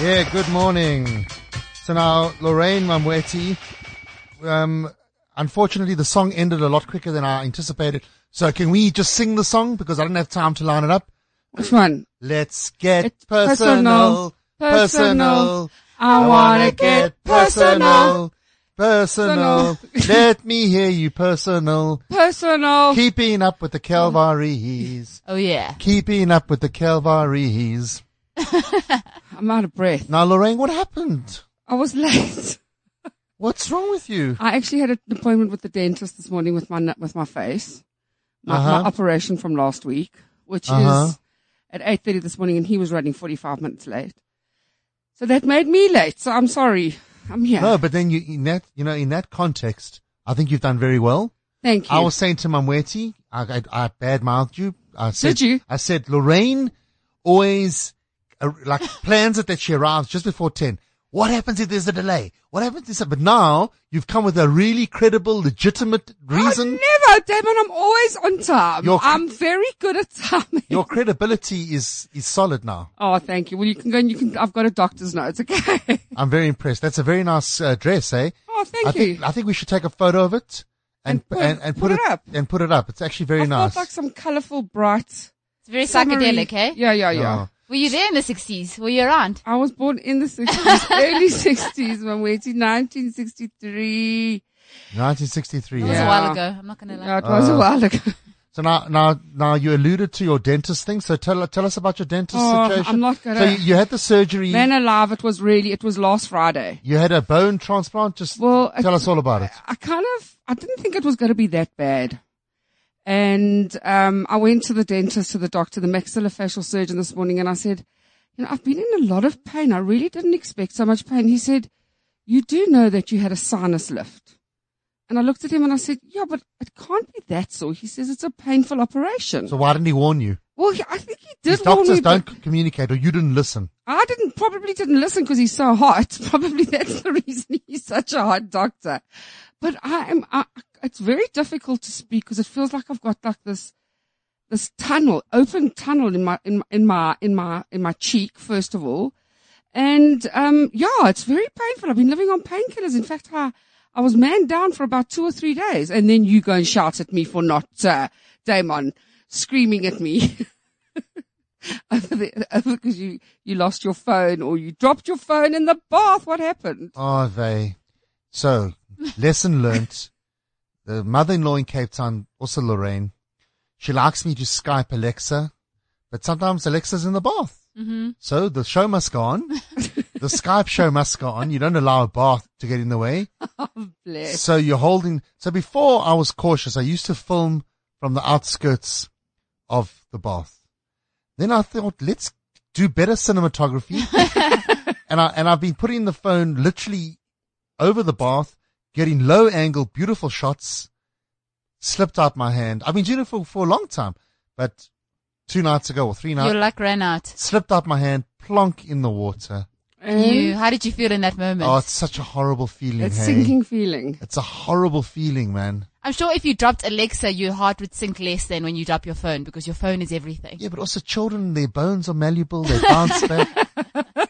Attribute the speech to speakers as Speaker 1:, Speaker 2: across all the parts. Speaker 1: Yeah, good morning. So now, Lorraine Mamweti, um, unfortunately the song ended a lot quicker than I anticipated. So can we just sing the song? Because I didn't have time to line it up.
Speaker 2: Which one?
Speaker 1: Let's get
Speaker 2: It's
Speaker 1: personal,
Speaker 2: personal,
Speaker 1: personal.
Speaker 2: personal. I wanna get personal,
Speaker 1: personal. Let me hear you personal.
Speaker 2: personal.
Speaker 1: Keeping up with the Calvaries.
Speaker 3: Oh yeah.
Speaker 1: Keeping up with the Calvaries.
Speaker 2: I'm out of breath.
Speaker 1: Now, Lorraine, what happened?
Speaker 2: I was late.
Speaker 1: What's wrong with you?
Speaker 2: I actually had an appointment with the dentist this morning with my n- with my face, my,
Speaker 1: Uh-huh.
Speaker 2: my operation from last week, which
Speaker 1: Uh-huh.
Speaker 2: is at eight thirty this morning, and he was running forty five minutes late. So that made me late. So I'm sorry. I'm here.
Speaker 1: No, but then you in that you know in that context, I think you've done very well.
Speaker 2: Thank you.
Speaker 1: I was saying to Mamweti, I, I, I badmouthed you. I said,
Speaker 2: you?
Speaker 1: I said Lorraine always uh, like plans it that she arrives just before ten. What happens if there's a delay? What happens if? But now you've come with a really credible, legitimate
Speaker 2: I
Speaker 1: reason.
Speaker 2: Oh, never, Damon. I'm always on time.
Speaker 1: Your-
Speaker 2: I'm very good at timing.
Speaker 1: Your credibility is is solid now.
Speaker 2: oh, thank you. Well, you can go and you can. I've got a doctor's note. It's okay.
Speaker 1: I'm very impressed. That's a very nice uh, dress, eh?
Speaker 2: oh, thank
Speaker 1: I
Speaker 2: you.
Speaker 1: think I think we should take a photo of it and
Speaker 2: And put-
Speaker 1: and, and put,
Speaker 2: put it up.
Speaker 1: and put it up. It's actually very
Speaker 2: I
Speaker 1: nice.
Speaker 2: felt like some colourful, bright,
Speaker 3: It's very psychedelic,
Speaker 2: summery-
Speaker 3: eh?
Speaker 2: Yeah, yeah, yeah.
Speaker 1: Yeah.
Speaker 3: Were you there in the sixties? Were you around?
Speaker 2: I was born in the sixties, early sixties, when we in nineteen sixty-three.
Speaker 1: 1963.
Speaker 3: It
Speaker 1: Yeah.
Speaker 3: was a
Speaker 2: Yeah.
Speaker 3: while ago. I'm not gonna lie.
Speaker 2: Yeah, it
Speaker 1: Ah.
Speaker 2: was a while ago.
Speaker 1: So now, now, now you alluded to your dentist thing. So tell tell us about your dentist
Speaker 2: Oh,
Speaker 1: situation.
Speaker 2: I'm not gonna-
Speaker 1: So you, you had the surgery.
Speaker 2: Man alive, it was really. It was last Friday.
Speaker 1: you had a bone transplant. Just
Speaker 2: Well,
Speaker 1: tell
Speaker 2: it-
Speaker 1: us all about it.
Speaker 2: I kind of, I didn't think it was going to be that bad. And, um, I went to the dentist, to the doctor, the maxillofacial surgeon this morning, and I said, you know, I've been in a lot of pain. I really didn't expect so much pain. He said, you do know that you had a sinus lift. And I looked at him and I said, yeah, but it can't be that sore. He says, it's a painful operation.
Speaker 1: So why didn't he warn you?
Speaker 2: well, he, I think he
Speaker 1: These
Speaker 2: did warn
Speaker 1: doctors
Speaker 2: me, but
Speaker 1: don't c- communicate, or you didn't listen.
Speaker 2: I didn't probably didn't listen because he's so hot. Probably that's the reason he's such a hot doctor. But I am. I, it's very difficult to speak because it feels like I've got like this this tunnel, open tunnel in my in my- in my in my in my cheek. First of all, and um, yeah, it's very painful. I've been living on painkillers. In fact, I I was manned down for about two or three days, and then you go and shout at me for not uh, Damon screaming at me over the over because you you lost your phone or you dropped your phone in the bath. What happened?
Speaker 1: Are they? So lesson learnt. The mother-in-law in Cape Town, also Lorraine, she likes me to Skype Alexa, but sometimes Alexa's in the bath.
Speaker 3: Mm-hmm.
Speaker 1: So the show must go on. the Skype show must go on. You don't allow a bath to get in the way.
Speaker 2: Oh, bless.
Speaker 1: So you're holding. So before I was cautious. I used to film from the outskirts of the bath. Then I thought, let's do better cinematography. and I and I've been putting the phone literally over the bath, getting low angle, beautiful shots. Slipped out my hand. I've been doing it for, for a long time, but two nights ago or three nights,
Speaker 3: Your luck ran out.
Speaker 1: slipped out my hand, plonk in the water.
Speaker 3: You. How did you feel in that moment?
Speaker 1: Mm-hmm. Oh, it's such a horrible feeling.
Speaker 2: It's
Speaker 1: hey.
Speaker 2: sinking feeling.
Speaker 1: It's a horrible feeling, man.
Speaker 3: I'm sure if you dropped Alexa, your heart would sink less than when you drop your phone because your phone is everything.
Speaker 1: Yeah, but also children, their bones are malleable. They bounce back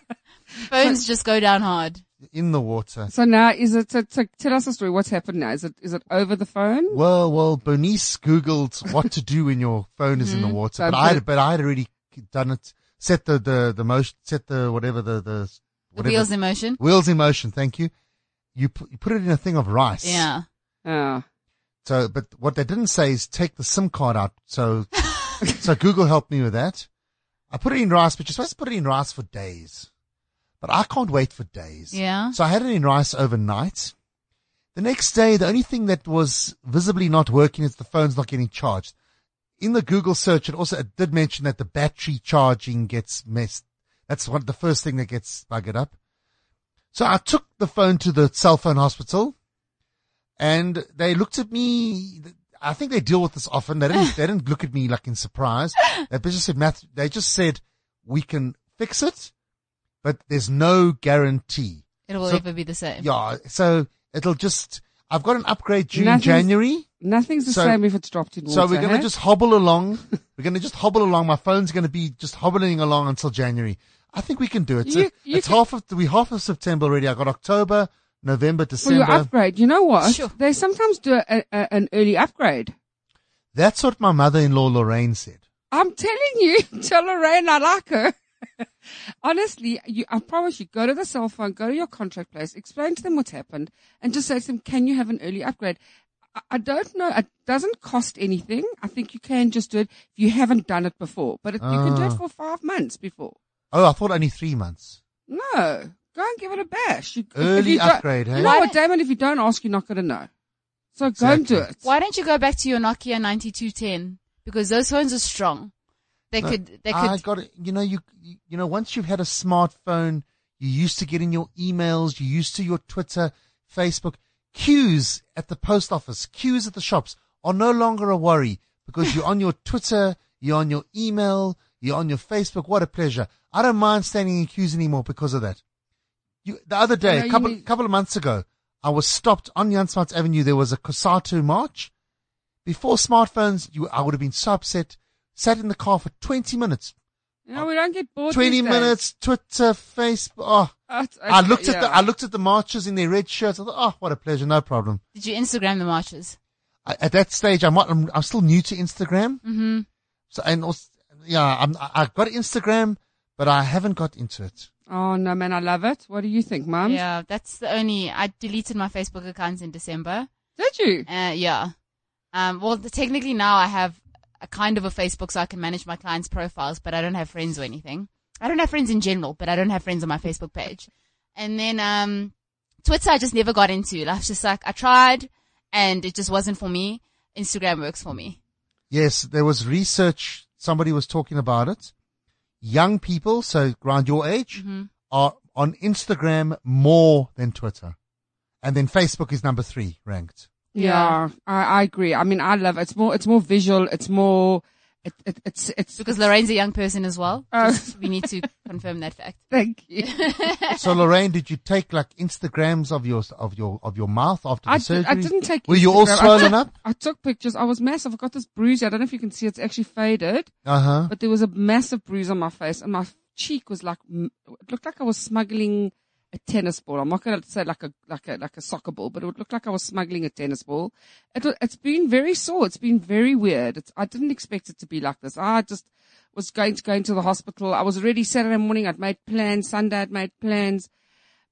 Speaker 3: Phones just go down hard.
Speaker 1: in the water.
Speaker 2: So now is it? So, so tell us a story. What's happened now? Is it is it over the phone?
Speaker 1: Well, well, Bernice googled what to do when your phone is in
Speaker 3: Mm-hmm.
Speaker 1: the water,
Speaker 2: Don't
Speaker 1: but I
Speaker 2: put
Speaker 1: had, but I had already done it. Set the the the motion. Set the whatever the the
Speaker 3: The
Speaker 1: whatever
Speaker 3: wheels in motion.
Speaker 1: wheels in motion. Thank you. You put, you put it in a thing of rice.
Speaker 3: Yeah.
Speaker 2: Oh.
Speaker 1: So, but what they didn't say is take the SIM card out. So, so Google helped me with that. I put it in rice, but you're supposed to put it in rice for days. But I can't wait for days.
Speaker 3: Yeah.
Speaker 1: So I had it in rice overnight. The next day, the only thing that was visibly not working is the phone's not getting charged. In the Google search, it also it did mention that the battery charging gets messed. That's one, the first thing that gets buggered up. So I took the phone to the cell phone hospital and they looked at me. I think they deal with this often. They didn't, they didn't look at me like in surprise. They just said, Math, they just said, we can fix it, but there's no guarantee.
Speaker 3: It will
Speaker 1: So-
Speaker 3: never be the same.
Speaker 1: Yeah, so it'll just. I've got an upgrade due in
Speaker 2: Nothing's-
Speaker 1: January,
Speaker 2: Nothing's the
Speaker 1: So-
Speaker 2: same if it's dropped in water.
Speaker 1: so we're gonna
Speaker 2: hey?
Speaker 1: just hobble along. we're gonna just hobble along. My phone's gonna be just hobbling along until January. I think we can do it.
Speaker 2: You-
Speaker 1: So
Speaker 2: you
Speaker 1: it's
Speaker 2: can-
Speaker 1: half of we half of September already. I got October, November,
Speaker 2: For your
Speaker 1: December.
Speaker 2: upgrade, you know what?
Speaker 3: Sure.
Speaker 2: They sometimes do a, a, an early upgrade.
Speaker 1: That's what my mother-in-law Lorraine said.
Speaker 2: I'm telling you, tell Lorraine I like her. Honestly, you, I promise you, go to the cell phone, go to your contract place, explain to them what's happened, and just say to them, can you have an early upgrade? I, I don't know. It doesn't cost anything. I think you can just do it if you haven't done it before, but it, you can do
Speaker 1: Ah.
Speaker 2: it for five months before.
Speaker 1: Oh, I thought only three months.
Speaker 2: No, go and give it a bash. You, if- if
Speaker 1: Early
Speaker 2: you don't-
Speaker 1: upgrade, hey?
Speaker 2: You know what, Damon? If you don't ask, you're not going to know. So go and do it.
Speaker 1: Exactly.
Speaker 3: Why don't you go back to your Nokia 9210? Because those phones are strong. They
Speaker 1: No,
Speaker 3: could, they
Speaker 1: I
Speaker 3: could.
Speaker 1: got it. You know, you you know, once you've had a smartphone, you used to getting your emails, you used to your Twitter, Facebook. Queues at the post office, queues at the shops are no longer a worry because you're on your Twitter, you're on your email, you're on your Facebook. What a pleasure! I don't mind standing in queues anymore because of that. You, the other day,
Speaker 2: know,
Speaker 1: a
Speaker 2: you
Speaker 1: couple
Speaker 2: need-
Speaker 1: couple of months ago, I was stopped on Jansmarts Avenue. There was a Cosatu march. Before smartphones, you, I would have been so upset. Sat in the car for 20 minutes.
Speaker 2: You know, we don't get bored.
Speaker 1: 20
Speaker 2: these days.
Speaker 1: minutes, Twitter, Facebook. Oh,
Speaker 2: Uh, it's-
Speaker 1: I looked at
Speaker 2: yeah.
Speaker 1: the, I looked at the marchers in their red shirts. I thought, oh, what a pleasure. No problem.
Speaker 3: Did you Instagram the marches?
Speaker 1: I, at that stage, I might, I'm, I'm still new to Instagram.
Speaker 3: Mm-hmm.
Speaker 1: So, and also, yeah, I'm, I I got Instagram, but I haven't got into it.
Speaker 2: Oh no, man, I love it. What do you think, Mum?
Speaker 1: Um,
Speaker 3: Yeah, that's the only. I deleted my Facebook accounts in December.
Speaker 2: Did you?
Speaker 3: Uh, yeah. Um, well, the, technically now I have a kind of a Facebook so I can manage my clients' profiles, but I don't have friends or anything. I don't have friends in general, but I don't have friends on my Facebook page. And then, um, Twitter I just never got into. I was just like, I tried and it just wasn't for me. Instagram works for me.
Speaker 1: Yes, there was research. Somebody was talking about it. Young people, so around your age,
Speaker 2: Mm-hmm.
Speaker 1: are on Instagram more than Twitter. And then Facebook is number three ranked.
Speaker 2: Yeah, I, I agree. I mean, I love it. It's more, it's more visual. It's more, it, it, it's, it's.
Speaker 3: Because Lorraine's a young person as well.
Speaker 2: Oh.
Speaker 3: Just- we need to confirm that fact.
Speaker 2: Thank you.
Speaker 1: So Lorraine, did you take like Instagrams of your of your of your mouth after the
Speaker 2: I,
Speaker 1: surgery?
Speaker 2: did, I didn't take.
Speaker 1: Were you all
Speaker 2: Instagram. I
Speaker 1: swollen
Speaker 2: took-
Speaker 1: up?
Speaker 2: I took pictures. I was massive. I've got this bruise. I don't know if you can see. It's actually faded,
Speaker 1: Uh huh.
Speaker 2: but there was a massive bruise on my face, and my cheek was like, m- it looked like I was smuggling a tennis ball. I'm not going to say like a like a like a soccer ball, but it would look like I was smuggling a tennis ball. It wa- it's been very sore. It's been very weird. It's, I didn't expect it to be like this. I just was going to go into the hospital. I was already Saturday morning. I'd made plans. Sunday, I'd made plans.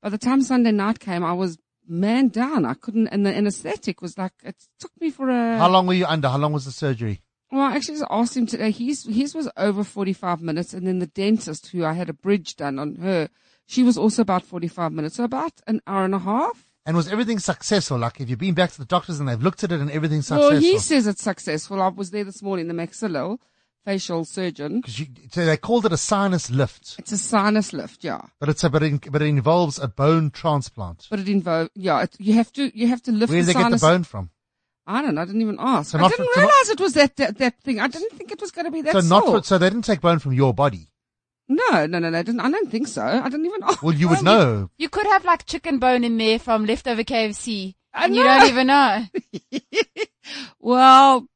Speaker 2: By the time Sunday night came, I was man down. I couldn't, and the anesthetic was like it took me for a.
Speaker 1: How long were you under? How long was the surgery?
Speaker 2: Well, I actually just asked him today. His uh, his was over forty five minutes, and then the dentist, who I had a bridge done on her, she was also about forty five minutes, so about an hour and a half.
Speaker 1: And was everything successful? Like, have you been back to the doctors and they've looked at it and everything's
Speaker 2: Well, he
Speaker 1: successful?
Speaker 2: says it's successful. I was there this morning, the maxillo facial surgeon.
Speaker 1: Because so they called it a sinus lift,
Speaker 2: It's a sinus lift, yeah,
Speaker 1: but it's a, but it, but it involves a bone transplant.
Speaker 2: but it involves yeah. It, you have to you have to lift
Speaker 1: Where did
Speaker 2: the
Speaker 1: they get the
Speaker 2: sinus.
Speaker 1: bone from?
Speaker 2: I don't know. I didn't even ask.
Speaker 1: So
Speaker 2: I
Speaker 1: not
Speaker 2: didn't
Speaker 1: for- so not-
Speaker 2: realize it was that, that that thing. I didn't think it was going to be that
Speaker 1: so not
Speaker 2: sore.
Speaker 1: for, so they didn't take bone from your body.
Speaker 2: no, no, no, no. I, didn't, I don't think so. I didn't even ask.
Speaker 1: Well, you would
Speaker 3: Well,
Speaker 1: know.
Speaker 3: You could have like chicken bone in there from leftover KFC.
Speaker 2: I
Speaker 3: And you
Speaker 2: know.
Speaker 3: don't even know.
Speaker 2: Well,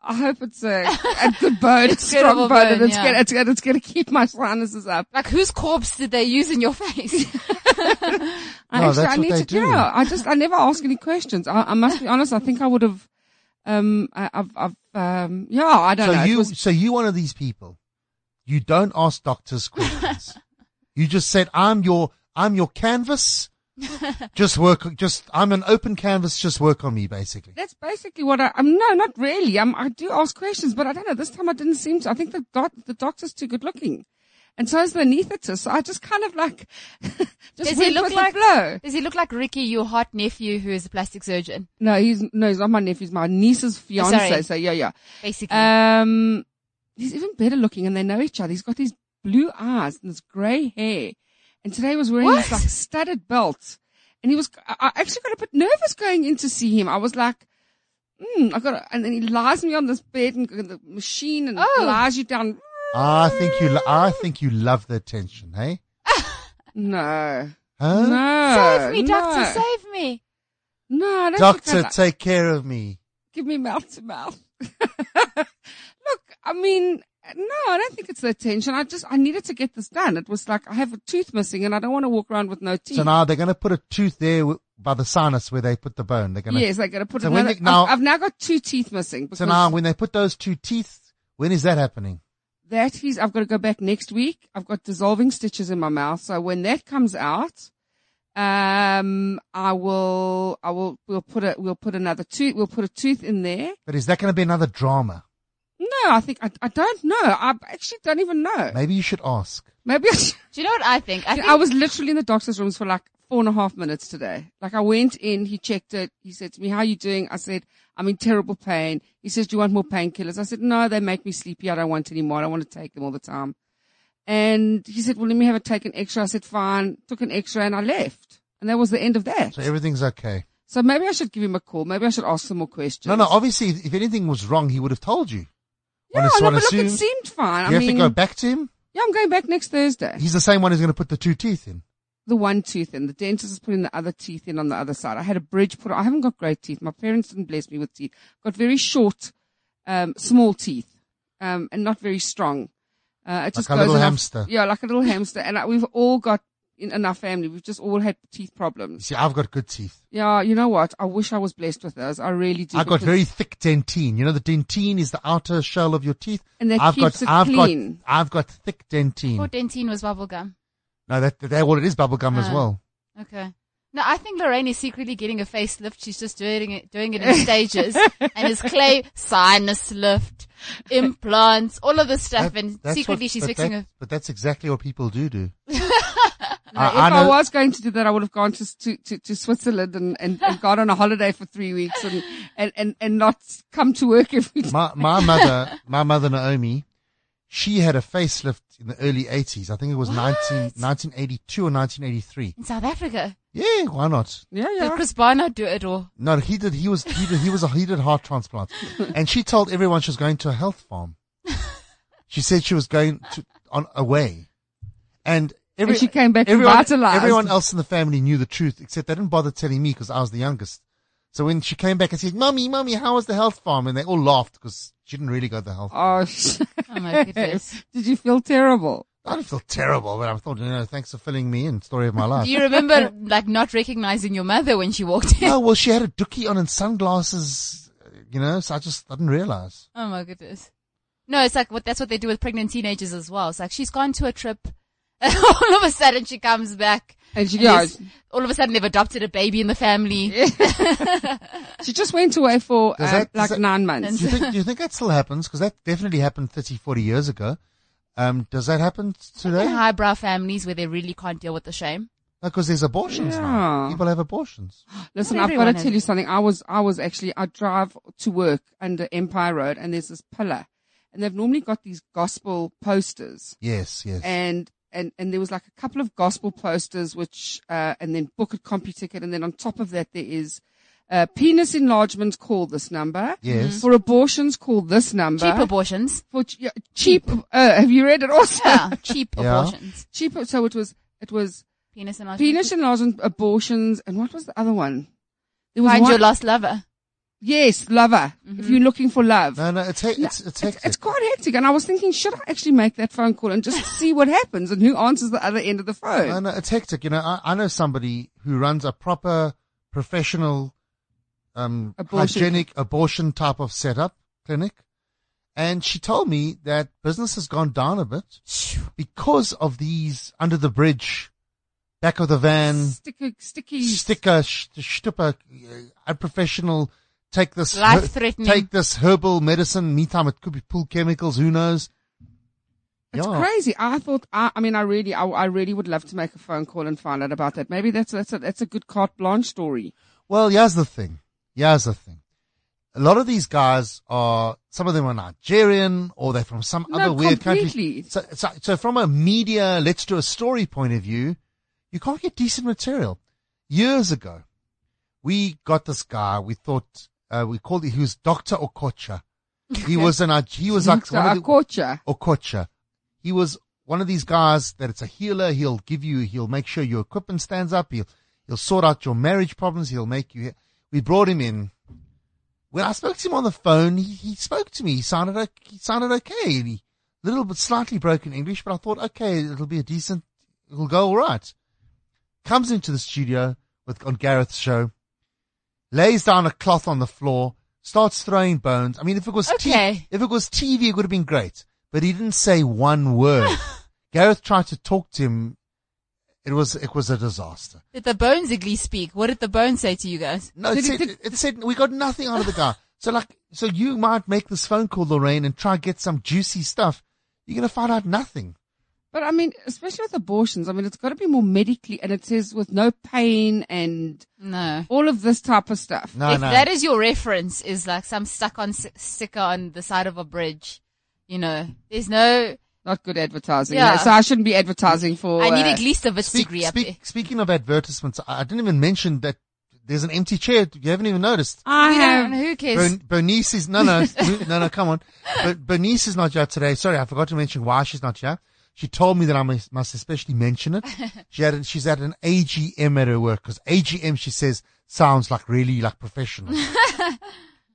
Speaker 2: I hope it's a, a good bone,
Speaker 3: It's
Speaker 2: a strong
Speaker 3: gettable
Speaker 2: bone, and
Speaker 3: bone,
Speaker 2: it's
Speaker 3: yeah.
Speaker 2: gonna it's gonna it's gonna keep my sinuses up.
Speaker 3: Like whose corpse did they use in your face?
Speaker 2: I
Speaker 1: No,
Speaker 2: actually
Speaker 1: Oh, that's
Speaker 2: I
Speaker 1: what
Speaker 2: need
Speaker 1: they
Speaker 2: to
Speaker 1: do.
Speaker 2: yeah, I just I never ask any questions. I, I must be honest. I think I would have. Um, I, I've I've um yeah. I don't
Speaker 1: So
Speaker 2: know. It
Speaker 1: you,
Speaker 2: was-
Speaker 1: so you one of these people. You don't ask doctors questions. you just said, "I'm your, I'm your canvas. just work, just I'm an open canvas. Just work on me, basically."
Speaker 2: that's basically what I, I'm. No, not really. I'm, I do ask questions, but I don't know. This time I didn't seem to. I think the doc, the doctor's too good looking, and so is the anaesthetist. So I just kind of like just
Speaker 3: Does
Speaker 2: went
Speaker 3: he look
Speaker 2: with
Speaker 3: like
Speaker 2: the flow.
Speaker 3: Does he look like Ricky, your hot nephew, who is a plastic surgeon?
Speaker 2: No, he's no, he's not my nephew. He's my niece's fiance.
Speaker 3: Sorry.
Speaker 2: So yeah, yeah.
Speaker 3: Basically,
Speaker 2: Um, he's even better looking, and they know each other. He's got these blue eyes and this grey hair. And today he was wearing this
Speaker 3: What?
Speaker 2: like studded belt, and he was. I I actually got a bit nervous going in to see him. I was like. Mm, I got, to, and then he lies me on this bed and the machine and
Speaker 3: Oh.
Speaker 2: lies you down.
Speaker 1: I think you, lo- I think you love the attention, hey?
Speaker 2: No,
Speaker 1: Huh?
Speaker 2: no,
Speaker 3: save me,
Speaker 2: no.
Speaker 3: doctor, save me.
Speaker 2: No, I don't think I
Speaker 1: Doctor,
Speaker 2: like-
Speaker 1: take care of me.
Speaker 2: give me mouth to mouth. Look, I mean, No, I don't think it's the attention. I just, I needed to get this done. It was like, I have a tooth missing and I don't want to walk around with no teeth.
Speaker 1: So now they're going to put a tooth there w- by the sinus where they put the bone. They're going to.
Speaker 2: yes, I got to put
Speaker 1: So when
Speaker 2: another,
Speaker 1: they- now-
Speaker 2: I've, I've now got two teeth missing because
Speaker 1: So now when they put those two teeth, when is that happening?
Speaker 2: that is, I've got to go back next week. I've got dissolving stitches in my mouth. So when that comes out, um, I will, I will, we'll put a, we'll put another tooth, we'll put a tooth in there.
Speaker 1: But is that going to be another drama?
Speaker 2: No, I think, I, I don't know. I actually don't even know.
Speaker 1: Maybe you should ask.
Speaker 2: Maybe I should.
Speaker 3: Do you know what I think? I
Speaker 2: Yeah,
Speaker 3: think
Speaker 2: I was literally in the doctor's rooms for like four and a half minutes today. Like I went in, he checked it. He said to me, how are you doing? I said, I'm in terrible pain. He says, do you want more painkillers? I said, no, they make me sleepy. I don't want any more. I don't want to take them all the time. And he said, well, let me have a take an extra. I said, fine, took an extra and I left. And that was the end of that.
Speaker 1: So
Speaker 2: So,
Speaker 1: everything's okay.
Speaker 2: maybe I should give him a call. Maybe I should ask some more questions.
Speaker 1: No, no, obviously, if anything was wrong, he would have told you.
Speaker 2: Yeah,
Speaker 1: One-
Speaker 2: no,
Speaker 1: one
Speaker 2: but look, it
Speaker 1: assume-
Speaker 2: seemed fine.
Speaker 1: you
Speaker 2: I
Speaker 1: have
Speaker 2: mean,
Speaker 1: to go back to him.
Speaker 2: yeah, I'm going back next Thursday.
Speaker 1: He's the same one who's going to put the two teeth in.
Speaker 2: the one tooth in. The dentist is putting the other teeth in on the other side. I had a bridge put. I haven't got great teeth. My parents didn't bless me with teeth. Got very short, um, small teeth, um, and not very strong. Uh, it just
Speaker 1: a
Speaker 2: goes
Speaker 1: little
Speaker 2: enough-
Speaker 1: hamster.
Speaker 2: Yeah, like a little hamster. And uh, we've all got in, in our family. We've just all had teeth
Speaker 1: You
Speaker 2: problems.
Speaker 1: see, I've got good teeth.
Speaker 2: Yeah, you know what? I wish I was blessed with those. I really do.
Speaker 1: I got
Speaker 2: because-
Speaker 1: very thick dentine. You know, the dentine is the outer shell of your teeth.
Speaker 2: And that
Speaker 1: I've
Speaker 2: keeps
Speaker 1: got,
Speaker 2: it
Speaker 1: I've
Speaker 2: clean.
Speaker 1: got, I've got thick dentine.
Speaker 3: thought dentine was bubble gum.
Speaker 1: No, that, that well, it is bubble gum as
Speaker 3: Ah.
Speaker 1: well.
Speaker 3: Okay. No, I think Lorraine is secretly getting a facelift. She's just doing it, doing it in stages. and it's clay, sinus lift, implants, all of this stuff.
Speaker 1: That-
Speaker 3: and
Speaker 1: that's
Speaker 3: secretly
Speaker 1: what-
Speaker 3: she's
Speaker 1: but
Speaker 3: fixing
Speaker 1: that-
Speaker 3: her.
Speaker 1: But that's exactly what people do do.
Speaker 2: Now, if I was going to do that, I would have gone to to, to, to Switzerland and, and, and gone on a holiday for three weeks and, and, and, and not come to work every day.
Speaker 1: my my mother, my mother Naomi, she had a facelift in the early 80s. I think it was 19, 1982 or 1983.
Speaker 3: In South Africa.
Speaker 1: Yeah, why not?
Speaker 2: Yeah,
Speaker 3: Did
Speaker 2: yeah.
Speaker 3: Chris Barnard do it all?
Speaker 1: No, he did. He was he did, he was a, he did heart transplant, and she told everyone she was going to a health farm. She said she was going to on away, and every
Speaker 2: And she came back
Speaker 1: everyone,
Speaker 2: revitalized.
Speaker 1: everyone else in the family knew the truth, except they didn't bother telling me because I was the youngest. So when she came back and said, "Mummy, mummy, how was the health farm?" and they all laughed because she didn't really go to the health. farm.
Speaker 2: Oh, sh-
Speaker 3: Oh my goodness.
Speaker 2: did you feel terrible?
Speaker 1: I didn't feel terrible, but I thought, you know, thanks for filling me in. Story of my life.
Speaker 3: Do you remember like not recognizing your mother when she walked in?
Speaker 1: no, well, she had a dookie on and sunglasses, uh, you know. So I just didn't realize.
Speaker 3: Oh my goodness. No, it's like what that's what they do with pregnant teenagers as well. It's like she's gone to a trip and all of a sudden she comes back.
Speaker 2: And she
Speaker 3: and
Speaker 2: goes,
Speaker 3: there's- all of a sudden they've adopted a baby in the family.
Speaker 2: she just went away for
Speaker 1: Does
Speaker 2: uh,
Speaker 1: that- does
Speaker 2: like
Speaker 1: that-
Speaker 2: nine months.
Speaker 1: Do you think, do you think that still happens? Because that definitely happened 30, 40 years ago. Um, does that happen
Speaker 3: In
Speaker 1: today?
Speaker 3: highbrow families where they really can't deal with the shame.
Speaker 1: Because there's abortions now.
Speaker 2: Yeah.
Speaker 1: People have abortions.
Speaker 2: Listen,
Speaker 3: Not
Speaker 2: I've got to
Speaker 3: everyone is.
Speaker 2: tell you something. I was, I was actually, I drive to work under Empire Road and there's this pillar and they've normally got these gospel posters.
Speaker 1: Yes, yes.
Speaker 2: and and and there was like a couple of gospel posters which uh and then book a compu ticket and then on top of that there is uh penis enlargement call this number
Speaker 1: Yes.
Speaker 2: for abortions call this number
Speaker 3: Cheap abortions.
Speaker 2: for ch- yeah, cheap uh, have you read it also
Speaker 3: Yeah, cheap
Speaker 1: Yeah.
Speaker 3: abortions.
Speaker 2: cheap so it was it was
Speaker 3: Penis and
Speaker 2: penis enlargement abortions and what was the other one there was
Speaker 3: Find
Speaker 2: one,
Speaker 3: your lost lover.
Speaker 2: yes lover if you're looking for love
Speaker 1: no, no, it's, he- it's, it's
Speaker 2: it's,
Speaker 1: hectic.
Speaker 2: it's quite hectic and I was thinking should I actually make that phone call and just see what happens and who answers the other end of the phone
Speaker 1: no, no, it's hectic. You know, I, I know somebody who runs a proper professional, um,
Speaker 2: Abortion.
Speaker 1: hygienic abortion type of setup clinic. And she told me that business has gone down a bit because of these under the bridge, back of the van,
Speaker 2: sticky, sticky.
Speaker 1: sticker, sh- stupper, unprofessional. Take this,
Speaker 3: Life-threatening.
Speaker 1: take this herbal medicine. Meantime, it could be pool chemicals. Who knows?
Speaker 2: it's
Speaker 1: yeah.
Speaker 2: crazy. I thought. I, I mean, I really, I, I really would love to make a phone call and find out about that. Maybe that's that's a, that's a good carte blanche story.
Speaker 1: Well, here's the thing. Here's the thing. A lot of these guys are, some of them are Nigerian or they're from some
Speaker 2: No,
Speaker 1: other weird country.
Speaker 2: completely.
Speaker 1: So, so, so from a media, let's do a story point of view, you can't get decent material. Years ago, we got this guy. We thought, uh, we called it, he was Dr. Okocha. He was an, Nige- he was like
Speaker 2: So
Speaker 1: one of
Speaker 2: I
Speaker 1: the-
Speaker 2: caught ya.
Speaker 1: Okocha. He was one of these guys that it's a healer. He'll give you, he'll make sure your equipment stands up. He'll, he'll sort out your marriage problems. He'll make you. We brought him in. When I spoke to him on the phone, he, he spoke to me. He sounded, o- he sounded okay. He, little bit slightly broken English, but I thought, okay, it'll be a decent, it'll go all right. Comes into the studio with on Gareth's show, lays down a cloth on the floor, starts throwing bones. I mean, if it was T-
Speaker 3: Okay.
Speaker 1: if it was TV, it would have been great, but he didn't say one word. Gareth tried to talk to him. It was it was a disaster.
Speaker 3: Did the bones at least speak? What did the bones say to you guys?
Speaker 1: No, it
Speaker 2: Did he-
Speaker 1: said, it said we got nothing out of the guy. So like, so you might make this phone call, Lorraine, and try get some juicy stuff. You're gonna find out nothing.
Speaker 2: But I mean, especially with abortions, I mean, it's got to be more medically, and it says with no pain and
Speaker 3: No.
Speaker 2: all of this type of stuff.
Speaker 1: No,
Speaker 3: if
Speaker 1: no.
Speaker 3: that is your reference, is like some stuck on s- sticker on the side of a bridge. You know, there's no.
Speaker 2: Not good advertising.
Speaker 3: Yeah.
Speaker 2: Yeah. So I shouldn't be advertising for.
Speaker 3: I need
Speaker 2: uh,
Speaker 3: at least a Vitz
Speaker 1: Speak-
Speaker 3: degree up
Speaker 1: speak-
Speaker 3: there.
Speaker 1: Speaking of advertisements, I I didn't even mention that there's an empty chair. You haven't even noticed.
Speaker 2: I
Speaker 3: We don't-
Speaker 2: have.
Speaker 3: who cares?
Speaker 1: Bern- Bernice is no, no, no, no. Come on, but Bernice is not here today. Sorry, I forgot to mention why she's not here. She told me that I must, must especially mention it. She had, an- she's at an AGM at her work because AGM, she says, sounds like really like professional.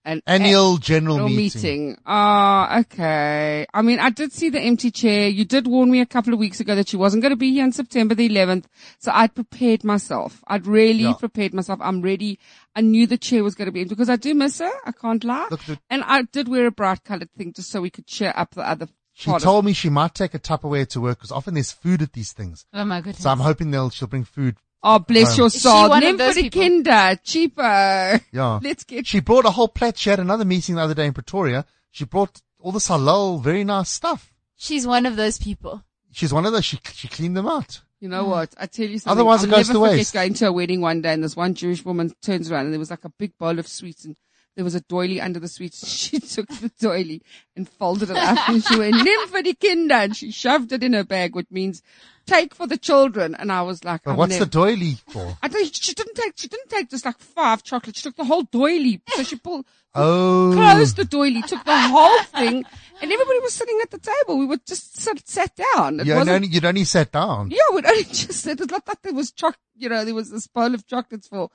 Speaker 2: An
Speaker 1: Annual general,
Speaker 2: annual
Speaker 1: meeting.
Speaker 2: meeting. Ah, okay. I mean, I did see the empty chair. You did warn me a couple of weeks ago that she wasn't going to be here on September the 11th. So I'd prepared myself. I'd really
Speaker 1: Yeah.
Speaker 2: prepared myself. I'm ready. I knew the chair was going to be empty because I do miss her. I can't lie.
Speaker 1: Look, the-
Speaker 2: and I did wear a bright colored thing just so we could cheer up the other.
Speaker 1: She
Speaker 2: part of-
Speaker 1: told me she might take a Tupperware to work because often there's food at these things.
Speaker 3: Oh my goodness.
Speaker 1: So I'm hoping they'll she'll bring food.
Speaker 2: Oh, bless
Speaker 1: Um,
Speaker 2: your
Speaker 3: she
Speaker 2: soul.
Speaker 3: one of
Speaker 2: Name for
Speaker 3: those
Speaker 2: the
Speaker 3: people?
Speaker 2: kinder. Cheaper.
Speaker 1: Yeah.
Speaker 2: Let's get
Speaker 1: She brought a whole plate. She had another meeting the other day in Pretoria. She brought all this halal, very nice stuff.
Speaker 3: She's one of those people.
Speaker 1: She's one of those. She she cleaned them out.
Speaker 2: You know what? I tell you something.
Speaker 1: Hmm. Otherwise it
Speaker 2: I'll
Speaker 1: goes
Speaker 2: never
Speaker 1: to
Speaker 2: forget
Speaker 1: waste.
Speaker 2: going to a wedding one day and this one Jewish woman turns around and there was like a big bowl of sweets and there was a doily under the sweets. She took the doily and folded it up and she went, Nim for the kinder. And she shoved it in her bag, which means take for the children. And I was like,
Speaker 1: But
Speaker 2: I'm
Speaker 1: what's
Speaker 2: never-
Speaker 1: the doily for?
Speaker 2: I don't, she didn't take, she didn't take just like five chocolates. She took the whole doily. So she pulled,
Speaker 1: Oh,
Speaker 2: closed the doily, took the whole thing and everybody was sitting at the table. We were just sort of sat down. It
Speaker 1: you
Speaker 2: wasn't
Speaker 1: only, you'd only sat down.
Speaker 2: yeah, we'd only just it was not that there was choc you know, there was this bowl of chocolates for